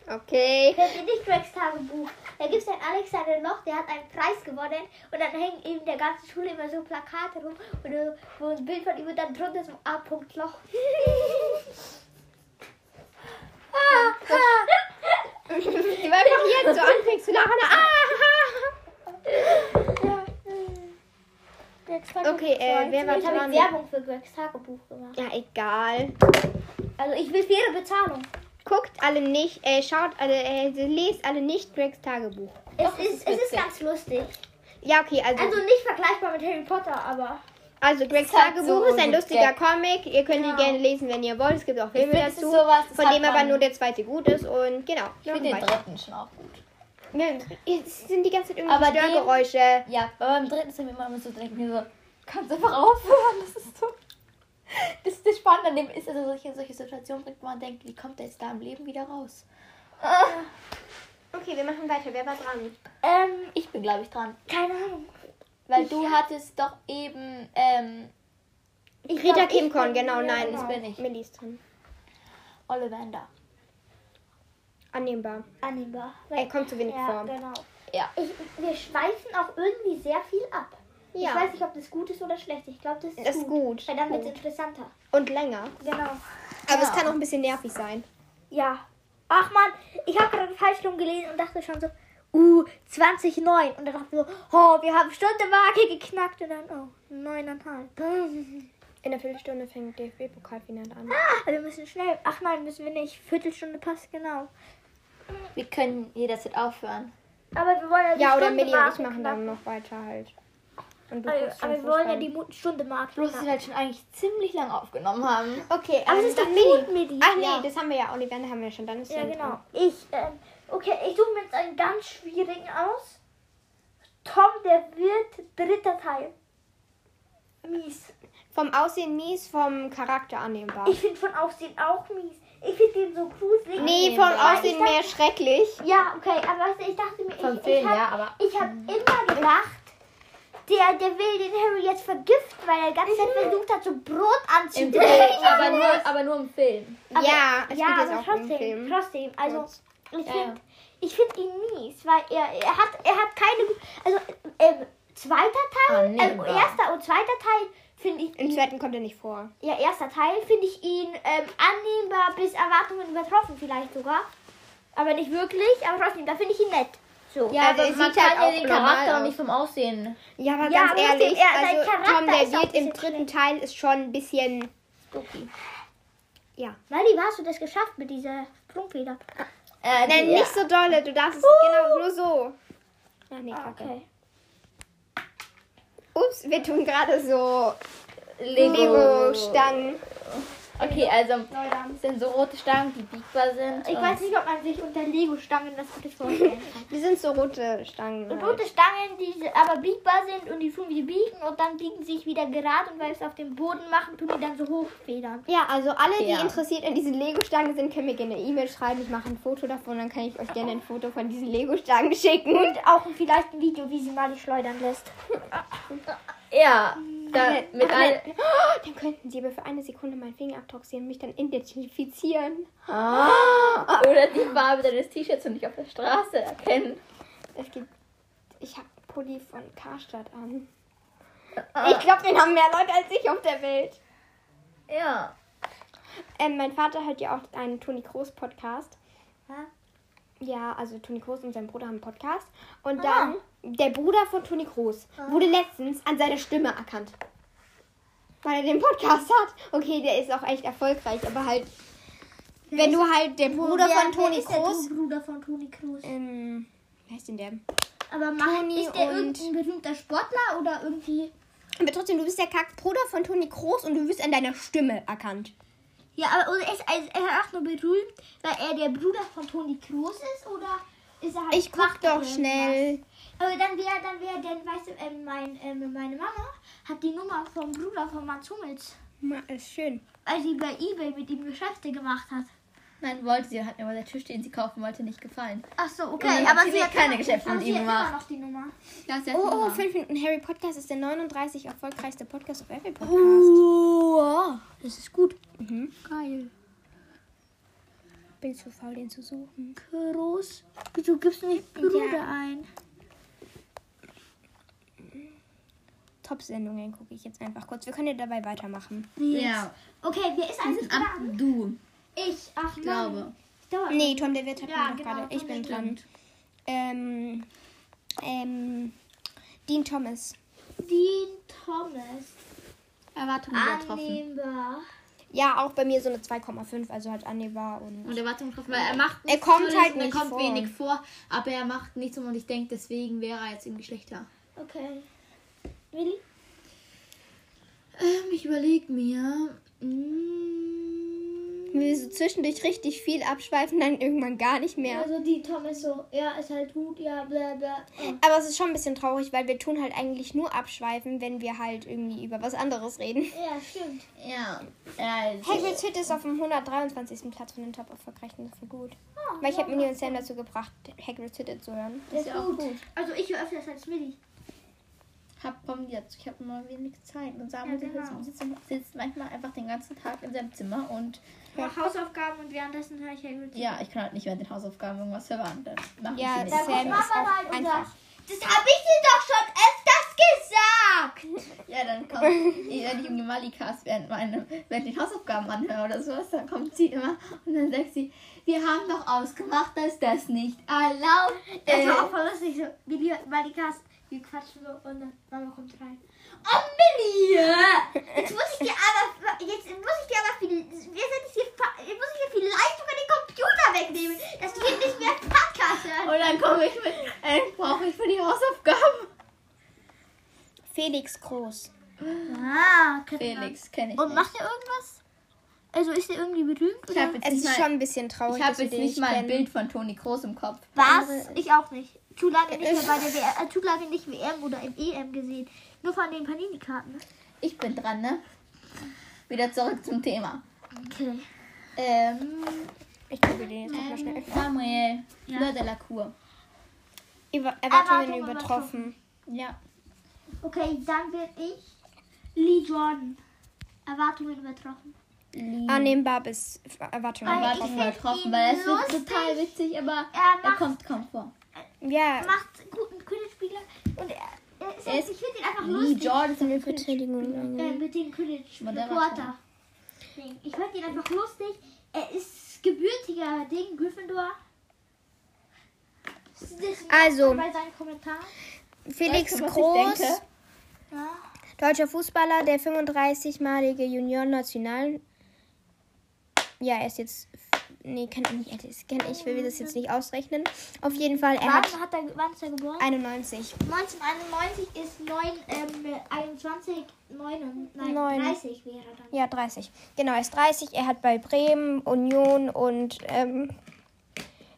Okay. Kennt ihr nicht Gregs Tagebuch? Da gibt es einen Alexander Loch, der hat einen Preis gewonnen und dann hängen eben der ganzen Schule immer so Plakate rum und äh, wo ein Bild von ihm und dann drunter so A. Loch. Die war einfach jetzt so anfängst zu lachen. Ah! Gregs *laughs* Okay, äh, wer war Jetzt habe dran? ich Werbung für Gregs Tagebuch gemacht. Ja, egal. Also ich will faire Bezahlung. Guckt alle nicht, äh, schaut alle, äh, lest alle nicht Gregs Tagebuch. es, ist, es ist witzig. ganz lustig. Ja, okay, also, Also also, nicht vergleichbar mit Harry Potter, aber Gregs hat Tagebuch so ist ein einen lustiger Gag. Comic. Ihr könnt ihn Genau. gerne lesen, wenn ihr wollt. Es gibt auch Filme find, das ist dazu, sowas, das von hat dem aber man- nur der zweite gut ist. Und genau. ich finde den dritten schon auch gut. Es sind die ganze Zeit Aber irgendwelche den- Störgeräusche. Ja, aber beim dritten ist mir immer immer so direkt mir so, kannst einfach aufhören, das ist so. Das ist das Spannende an dem ist, also solche, solche Situationen bringt, wo man denkt, wie kommt der jetzt da im Leben wieder raus? Okay, wir machen weiter. Wer war dran? ähm, Ich bin, glaube ich, dran. keine Ahnung. Weil du hattest doch eben, ähm, Ich Rita glaub, ich Kimkorn, bin- genau, ja, nein. genau. das bin ich. Millie ist dran. Ollivander. Annehmbar. Annehmbar. Er kommt zu wenig Ja, vor. genau. Ja. Ich, wir schweifen auch irgendwie sehr viel ab. Ja. Ich weiß nicht, ob das gut ist oder schlecht. Ich glaube, das ist Das ist gut. Oh. Weil dann wird es interessanter. Und länger. Genau. Aber es kann auch ein bisschen nervig sein. Ja. Ach man, ich habe gerade falsch rum gelesen und dachte schon so, uh, 20,9. Und dann dachte ich so, oh, wir haben Stundenmarke geknackt. Und dann, oh, neuneinhalb. *laughs* In der Viertelstunde fängt DFB-Pokalfinale an. Ah, wir müssen schnell. Ach nein, müssen wir nicht. Viertelstunde passt, genau. Wir können jederzeit aufhören. Aber wir wollen ja die Ja, oder Stundenmarke Millie und ich machen dann knacken. noch weiter halt. Und du Aber, guckst Also, schon aber wir wollen ja Fußball. die Mu- Stundenmarke Bloß, dass knacken. wir halt schon eigentlich ziemlich lang aufgenommen haben. Okay, Aber also es ist doch dann gut, Millie. Midi. Ach nee, Ja. das haben wir ja. Ollivander haben wir schon. Dann ist Ja, Jen genau. dran. Ich, ähm, okay, ich suche mir jetzt einen ganz schwierigen aus. Tom, der wird dritter Teil. Mies. Vom Aussehen mies, vom Charakter annehmbar. Ich finde von Aussehen auch mies. Ich finde den so gruselig. nee, vom annehmbar. Aussehen mehr schrecklich. Ja, okay, aber weißt du, ich dachte mir, Vom ich, Film, ich hab, ja, aber- ich habe immer gedacht, der, der will den Harry jetzt vergiften, weil er die ganze Zeit versucht hat, so Brot Im anzudrehen. *laughs* Film, aber nur, aber nur im Film. ja, es ja, geht jetzt aber auch um trotzdem, den Film. trotzdem. Also Kurz. ich Ja, finde, ich finde ihn mies, weil er, er hat, er hat keine, gu- also ähm, zweiter Teil, ähm, Annehmbar. erster und zweiter Teil finde ich, Ah, Im zweiten kommt er nicht vor. ja erster Teil finde ich ihn ähm, annehmbar bis Erwartungen übertroffen vielleicht sogar, aber nicht wirklich, aber trotzdem, da finde ich ihn nett. so. Ja, Also aber es man sieht halt kann ja auch den normal Charakter auch aus. nicht vom Aussehen. Ja, aber Ja, ganz aber trotzdem, ehrlich, er- sein also Charakter Tom, der ist auch wird im ein bisschen dritten Teil ist schon ein bisschen. Mali, wie hast du das geschafft mit dieser Sprungfeder? Äh, Nein, die- nicht so dolle, du darfst es genau nur so. Ach nee, kacke. Uh. Ah, Okay. Ups, wir tun gerade so Lego. Lego-Stangen. Okay, also Neuland. das sind so rote Stangen, die biegbar sind. Ich Ah. und- weiß nicht, ob man sich unter Lego-Stangen das gut vorstellen kann. Die sind so rote Stangen. Und halt. rote Stangen, die aber biegbar sind und die tun wie biegen und dann biegen sie sich wieder gerade und weil sie es auf dem Boden machen, tun die dann so hochfedern. Ja, also alle, die Ja. interessiert an diesen Lego-Stangen sind, können mir gerne eine E-Mail schreiben. Ich mache ein Foto davon, dann kann ich euch gerne ein Foto von diesen Lego-Stangen schicken. *laughs* Und auch vielleicht ein Video, wie sie Mali schleudern lässt. Ja, da, Ach, mit all. nein. Oh, Dann könnten sie aber für eine Sekunde meinen Finger abtoxieren und mich dann identifizieren. Oder die Farbe deines T-Shirts und dich auf der Straße erkennen. Es gibt. Ich habe Pulli von Karstadt an. Ah. Ich glaube, den haben mehr Leute als ich auf der Welt. Ja. Ähm, mein Vater hört ja auch einen Toni Groß Podcast. Hä? Ja, also Toni Groß und sein Bruder haben einen Podcast. Und dann der Bruder von Toni Groß wurde letztens an seiner Stimme erkannt. Weil er den Podcast hat. Okay, der ist auch echt erfolgreich, aber halt. Wenn du halt der Bruder von Toni Groß. Bruder von Toni Kroos. Ähm, wer ist denn der? Aber macht, Toni ist der und- irgendein berühmter Sportler oder irgendwie. Aber trotzdem, du bist der Kackbruder von Toni Groß und du wirst an deiner Stimme erkannt. Ja, aber oder ist, also, er ist auch nur berühmt, weil er der Bruder von Toni Kroos ist oder ist er halt. Ich guck macht er doch irgendwas? schnell. Aber dann wäre, dann wäre, denn weißt du, ähm, mein, ähm, meine Mama hat die Nummer vom Bruder von Mats Hummels, Ma, ist schön. weil sie bei Ebay mit ihm Geschäfte gemacht hat. Nein, wollte sie, hat mir aber der Tisch, den sie kaufen wollte, nicht gefallen. Ach so, okay, aber sie hat keine Geschäfte aber mit sie ihm hat immer gemacht. noch die Nummer. Das ist ja Oh, oh, normal. fünf Minuten. Harry Podcast ist der 39 erfolgreichste Podcast auf Apple Podcast. oh, Das ist gut. Bin zu faul, den zu suchen. Groß. Du gibst nicht Bruder ein. Top-Sendungen gucke ich jetzt einfach kurz. Wir können ja dabei weitermachen. Ja. Okay, wer ist eigentlich Ab dran? du, Ich. Ach, Mann. glaube. Dauert. Nee, Tom, der wird hat Ja, mir noch genau, gerade. Ich Tom bin der dran. Ähm, ähm, Dean Thomas. Dean Thomas. Erwartungen übertroffen. Annehmbar. Ja, auch bei mir so eine 2,5, also halt annehmbar und... Und Erwartungen übertroffen, weil er macht Er kommt Tolles halt und er nicht kommt vor. wenig vor, aber er macht nichts um und ich denke, deswegen wäre er jetzt im Geschlechter. Okay. Willi? Ähm, ich überlege mir. Hm. mm, Wenn wir so zwischendurch richtig viel abschweifen, dann irgendwann gar nicht mehr. Also Dean Thomas so. Ja, ist halt gut. Ja, bla, bla. Oh. Aber es ist schon ein bisschen traurig, weil wir tun halt eigentlich nur abschweifen, wenn wir halt irgendwie über was anderes reden. Ja, stimmt. Ja. Also. Hagrid's Hütte ist auf dem 123. Platz von den top erfolgreichen für gut. Weil ich habe Minnie und Sam dazu gebracht, Hagrid's Hütte zu hören. Das Ist Oh, ist ja auch gut. gut. Also ich höre öfters als Willi. Hab, komm jetzt, ich habe mal wenig Zeit. Und Samuel Ja, genau. sitzt, sitzt, sitzt manchmal einfach den ganzen Tag in seinem Zimmer und Ich mache Hausaufgaben und währenddessen höre ich Hagrid. ja, ich kann halt nicht während den Hausaufgaben irgendwas verwandeln. Dann machen Ja, sie das- nicht. Sam ist auch einfach. Das habe ich dir doch schon öfters gesagt. ja, dann *laughs* kommt, wenn ich im Malikas während meine, während den Hausaufgaben anhöre oder sowas, dann kommt sie immer und dann sagt sie, wir haben doch ausgemacht, dass das nicht erlaubt Das ist. war auch voll lustig. So, Willi und Malikas, wir quatschen so und dann Mama kommt rein. Oh, Millie! Jetzt muss ich dir aber, jetzt muss ich dir aber, viel, jetzt muss ich dir, fa- jetzt muss ich dir vielleicht sogar den Computer wegnehmen, dass du hier nicht mehr Podcast hörst. Und dann komme ich mit, äh, brauche ich für die Hausaufgaben. Felix Groß. Ah, Felix, kenne ich Und nicht. macht er irgendwas? Also ist er irgendwie berühmt? Ich habe jetzt Es nicht ist mal, schon ein bisschen traurig. ich hab dass wir jetzt den nicht mal ein kennen. Bild von Toni Groß im Kopf. Was? Ich auch nicht. Zu lange nicht mehr bei der WM, äh, zu lange nicht WM oder im EM gesehen. Nur von den Panini-Karten. ne? Ich bin dran, ne? Wieder zurück zum Thema. Okay. Ähm, Ich google den jetzt auch mal schnell. ähm, Samuel, Fleur de la Cour. Über Erwartungen Erwartungen übertroffen. Ja. Okay, dann bin ich Lee Jordan. Erwartungen übertroffen. Annehmbar bis Erwartungen Ah, übertroffen. Erwartungen find übertroffen, ihn weil es wird lustig. total witzig, aber Er er macht- kommt kaum vor. Ja. Er macht guten Quidditch-Spieler und er, er ist, Er ist ich finde ihn einfach Lee lustig. Jordan ist ein Betätigung. Äh, mit dem Moderator. Quidditch-Reporter. Ding. Ich fand ihn einfach lustig. Er ist gebürtiger Ding, Gryffindor. Also. Bei seinen Kommentaren. Felix Weißt du, was ich Groß, denke? Ja. deutscher Fußballer, der 35-malige Juniorennational. Ja, er ist jetzt. Nee, kann ich nicht. Das kann ich, will das jetzt nicht ausrechnen. Auf jeden Fall, er Wann, hat hat er, ge- wann ist er geboren? 91. 1991 ist 9, ähm, 21, 9, nein, Neun. 30 wäre dann. Ja, 30. Genau, er ist 30. Er hat bei Bremen, Union und ähm,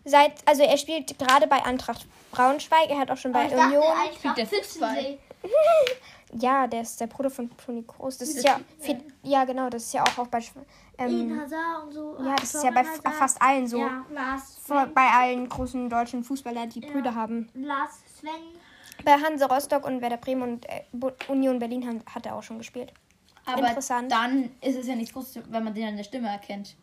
seit, also er spielt gerade bei Eintracht Braunschweig. Er hat auch schon bei Aber ich dachte Union. eigentlich Spielt auch der Fußball? Füchsensee. Ja, der ist der Bruder von Toni Kroos. Das ist ja, viel, ja genau, das ist ja auch, auch bei Schw- Eden ähm, Hazard und so. ja, das ist ja bei f- Torben Hazard. fast allen so. Ja, Lars Vor- Sven, Bei allen großen deutschen Fußballern, die Brüder haben. Lars Sven. Bei Hansa Rostock und Werder Bremen und äh, Bu- Union Berlin haben, hat er auch schon gespielt. Aber Interessant. dann ist es ja nichts Großes, wenn man den an der Stimme erkennt.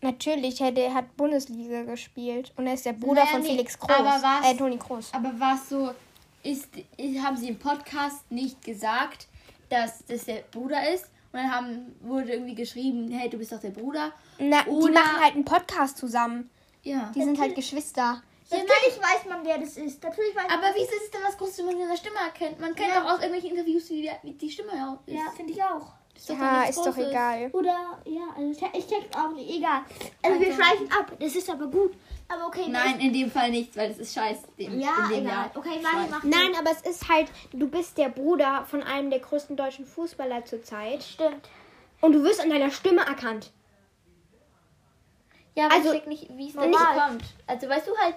Natürlich, hey, der hat Bundesliga gespielt und er ist der Bruder Naja, von nee, Felix Groß. aber was- Äh, Toni Groß. Aber was so ist, ist- haben sie im Podcast nicht gesagt, dass das der Bruder ist. Und dann haben, wurde irgendwie geschrieben, hey, du bist doch der Bruder. Na, die Oder- machen halt einen Podcast zusammen. Ja. Die sind halt Geschwister. Natürlich weiß man, wer das ist. Natürlich weiß Aber wie ist es denn was Großes, wenn man seine Stimme erkennt? Man kennt Ja. doch aus irgendwelchen Interviews, wie, wie die Stimme auch ist. Ja, finde ich auch. Ist doch Ja, nichts ist doch Großes. egal. Oder, ja, also ich, ich check's auch nicht. Egal. Also, wir schweifen ab. Das ist aber gut. Aber okay. Nein, in dem Fall nicht, weil das ist scheiße. Dem, das- Ja, in dem egal. Jahr. Okay, Mari macht Nein, aber es ist halt, du bist der Bruder von einem der größten deutschen Fußballer zurzeit. Stimmt. Und du wirst an deiner Stimme erkannt. Ja, aber Also, ich check nicht, wie es normal. dazu kommt. Also weißt du halt,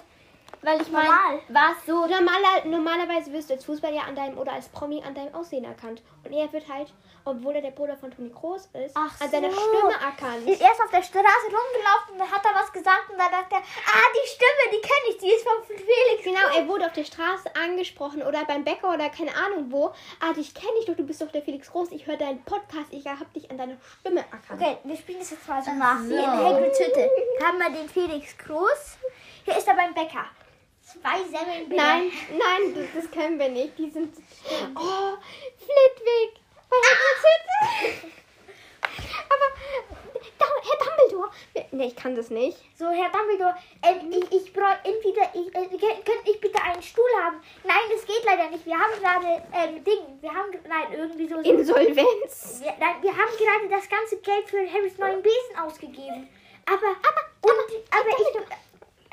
weil ich meine, Normal. war es so. Normaler, normalerweise wirst du als Fußballer ja an deinem oder als Promi an deinem Aussehen erkannt. Und er wird halt, obwohl er der Bruder von Toni Kroos ist, Ach an seiner so. Stimme erkannt. Ist erst auf der Straße rumgelaufen und dann hat er was gesagt und dann dachte er, ah, die Stimme, die kenne ich, die ist von Felix. Genau, er wurde auf der Straße angesprochen oder beim Bäcker oder keine Ahnung wo. Ah, dich kenne ich doch, du bist doch der Felix Groß. Ich höre deinen Podcast, ich hab dich an deiner Stimme erkannt. Okay, wir spielen das jetzt mal so nach. so. Wie in Hagrid's Hütte haben wir den Felix Groß. Hier ist er beim Bäcker. Zwei Semmeln bitte. Nein, nein, das, das können wir nicht. Die sind. Oh, Flitwick! Bei Hogwarts Hütte. Aber da, Herr Dumbledore! Nee, ich kann das nicht. So, Herr Dumbledore, ähm, ich, ich brauche entweder, ich, äh, ge- könnte ich bitte einen Stuhl haben? Nein, das geht leider nicht. Wir haben gerade, ähm, Ding, wir haben, ge- nein, irgendwie so. so Insolvenz. wir, nein, wir haben gerade das ganze Geld für Harrys neuen Besen ausgegeben. Aber, aber, und, aber, ich,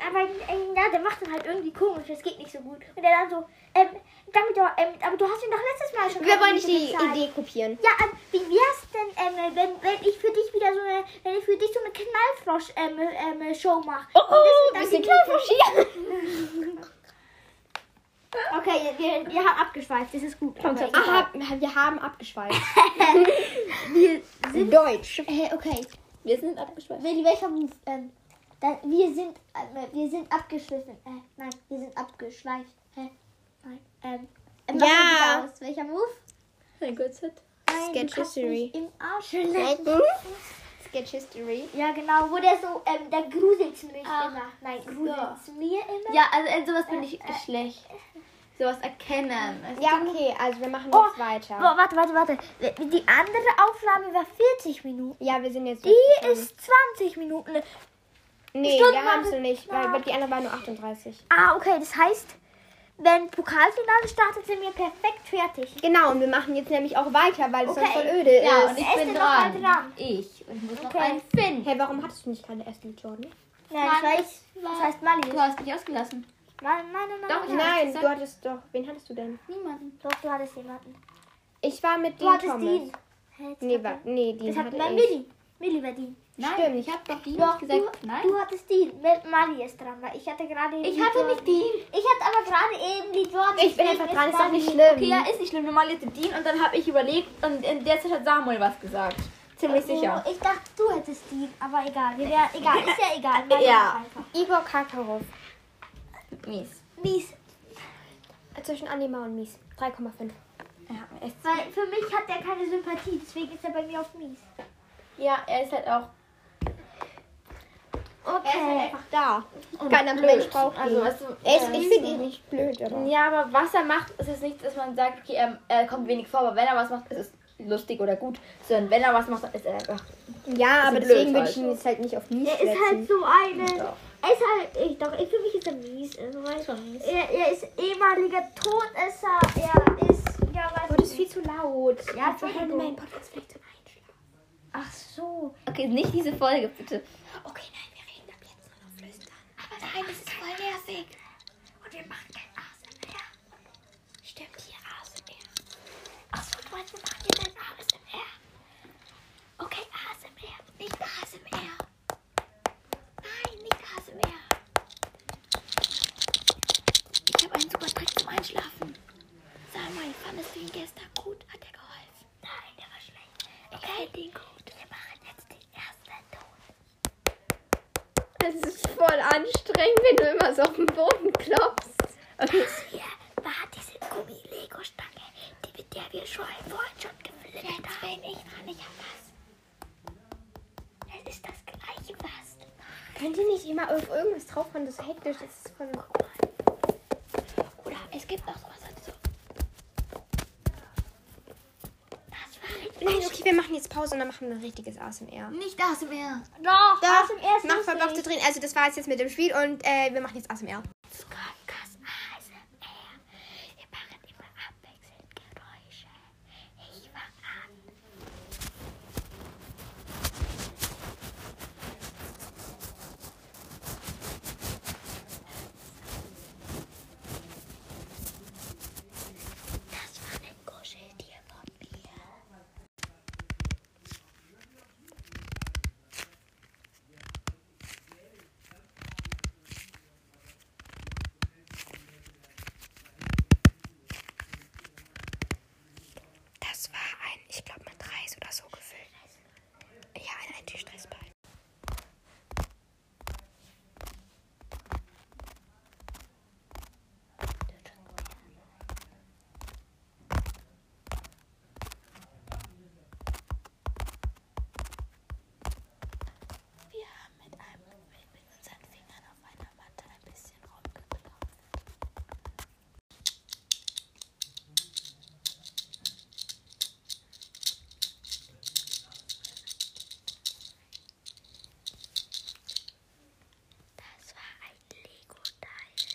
aber, äh, ja, der macht dann halt irgendwie komisch, das geht nicht so gut. Und er dann so, ähm, Dumbledore, ähm, aber du hast ihn doch letztes Mal schon Wir wollen nicht Kartenmiete die bezahlt. Idee kopieren. Ja, ähm, wie wär's denn, ähm, wenn, wenn ich für dich wieder so eine, wenn ich für dich so eine Knallfrosch-Show ähm, ähm, Show mache? Oh, oh, wir sind Knallfrosch Okay, wir, wir haben abgeschweift, das ist gut. Aber egal. Aha, wir haben abgeschweift. *laughs* wir sind Deutsch. Äh, okay, Wir sind abgeschweift. Willi, welcher Move? Ähm, dann, wir sind, äh, wir sind abgeschwiffen. Äh, nein, wir sind abgeschweift. Hä? Nein. Ähm, äh, mach Ja. mal wieder Aus. Welcher Move? Mein Gott, Sid. Nein, Sketch du kannst History. mich Im Arsch Sketch History. ja, genau, wo der so, ähm, der gruselt's mich Ach, immer. Nein, gruselt's mir immer. Ja, also in sowas bin Äh, ich schlecht. Sowas erkennen. Also, Ja, okay, also wir machen Oh, jetzt weiter. Boah, warte, warte, warte. Die andere Aufnahme war 40 Minuten. Ja, wir sind jetzt. Die ist 20 Minuten. Nee, Stunden wir haben es haben- noch nicht, weil die andere war nur 38. Ah, okay, das heißt, wenn Pokalfinale startet, sind wir perfekt fertig. Genau, und wir machen jetzt nämlich auch weiter, weil es Okay. sonst voll öde ja, und ist. ich Esse bin noch mal dran. halt dran. Ich. Und ich muss noch Okay. einen finden. Hey, warum hattest du nicht gerade Ashley Jordan? Nein, Mann, das heißt, war- das heißt Mali. Du hast mich ausgelassen. Nein, nein, nein, Doch, nein. ich Nein, gesagt- du hattest doch. Wen hattest du denn? Niemanden. Doch, du hattest jemanden. Ich war mit Du Dean hattest Thomas. ihn. Hä, jetzt Nee, hat war, er- nee, den Das hat hatte nein, ich. Milli. Milli war die. Nein, Stimmt. ich habe doch die Doch, nicht gesagt. du, Nein. du hattest die. Mit Mali ist dran, weil ich hatte gerade Ich Lee hatte Jordan. nicht die. Ich hatte aber gerade eben die Jordan. Ich bin deswegen einfach dran, ist doch Mali- nicht schlimm. Okay, ja, ist nicht schlimm. Normal hätte Dean und dann habe ich überlegt und in der Zeit hat Samuel was gesagt. Ziemlich Also, sicher. Ich dachte, du hättest die, aber egal. Wir wären, egal, ist ja egal. Mali Ja. macht einfach. Igor Karkaroff. Mies. Mies. Zwischen Anima und Mies. 3,5. Ja, er ist, Weil für mich hat er keine Sympathie, deswegen ist er bei mir auf mies. ja, er ist halt auch. Okay. einfach da. und Keiner blöd. Mensch braucht also, ihn. weißt du, Er ist, ähm, ich finde ihn nicht blöd, aber. Ja, aber was er macht, ist es nicht, dass man sagt, okay, er, er kommt wenig vor, aber wenn er was macht, ist es lustig oder gut. Sondern wenn er was macht, dann ist er einfach. Ja, aber blöd deswegen würde halt. ich ihn jetzt halt nicht auf Mies Er ist halt setzen. so eine. Er ist halt, ich, doch, ich, für mich ist er mies. Also, weil Schon mies. Er, er ist ehemaliger Todesser. Er ist, ja, Oh, was. das ist viel zu laut. Ja, wir hören halt Entschuldigung. meinen Podcast vielleicht zum Einschlafen. Ach so. Okay, nicht diese Folge, bitte. Okay, nein, wir reden ab jetzt nur noch flüstern. Aber nein, das ist voll nervig. Und wir machen kein ASMR. Stimmt, hier ASMR. Achso, du meinst, wir machen hier dein ASMR. Okay, ASMR. Nicht ASMR. Nein, nicht ASMR. Ich habe einen super Trick zum Einschlafen. Samuel, fandest du ihn gestern gut? Hat er geholfen? Nein, der war schlecht. Okay, den gut. Wir machen jetzt den ersten Ton. Es ist voll anstrengend, wenn du immer so auf den Boden klopfst. Hier war diese Gummi-Lego-Stange, die mit der wir schon vorhin schon geflittert haben. Jetzt bin ich dran, ich hab was. Es ist das gleiche was. Könnt ihr nicht immer auf irgendwas draufhauen, das ist hektisch, das ist voll... Guck mal. Oder es gibt auch sowas dazu. Das war Nein, okay, wir machen jetzt Pause und dann machen wir ein richtiges ASMR. Nicht das mehr. Doch, Doch, aus dem ersten Mach verbockte drin. Also das war es jetzt mit dem Spiel und äh, wir machen jetzt ASMR. Jetzt kommt das ASMR. Wir machen immer abwechselnd Geräusche. Ich mach an. Das war ein Kuscheltier von mir. Das war ein, ich glaube, mit Reis oder so gefüllt. Ja, ein Antistressball. Wir haben mit einem mit unseren Fingern auf einer Matte ein bisschen rumgeklopft. Das war ein Lego-Teil.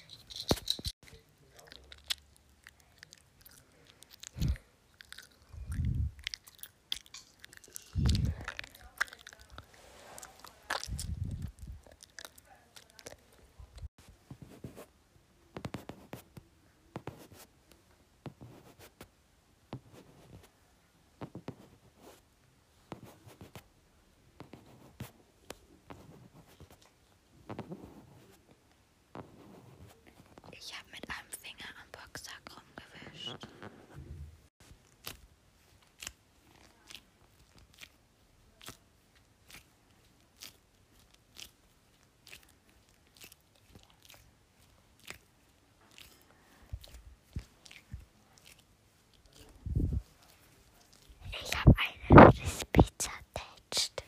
Ich habe mit einem Finger am Boxsack rumgewischt. Ich habe eine Pizza tätscht.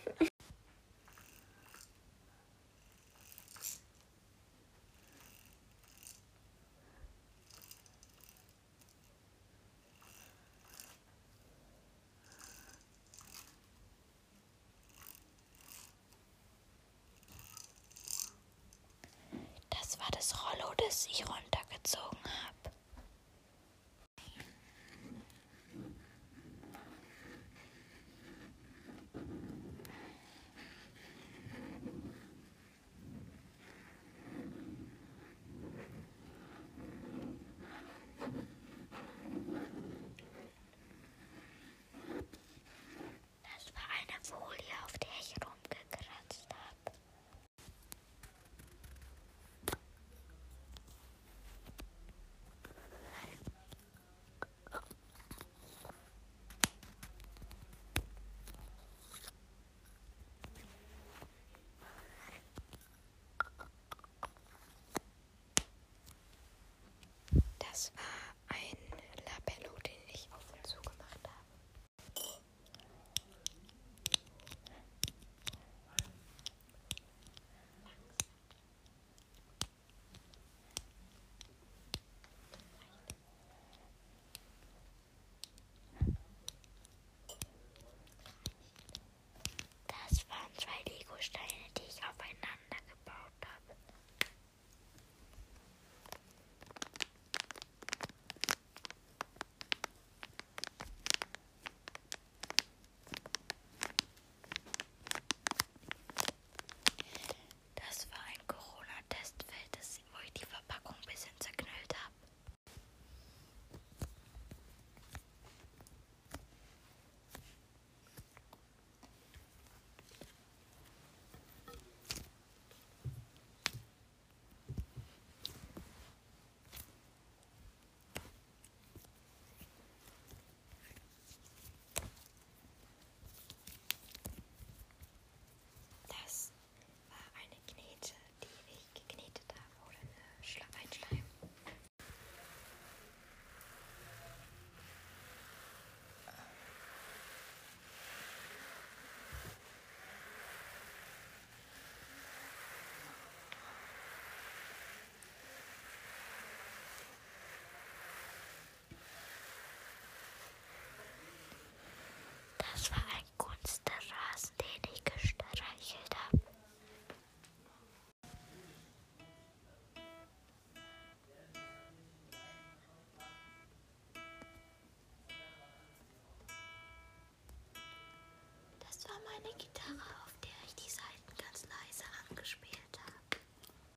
Das war das Rollo, das ich runtergezogen habe.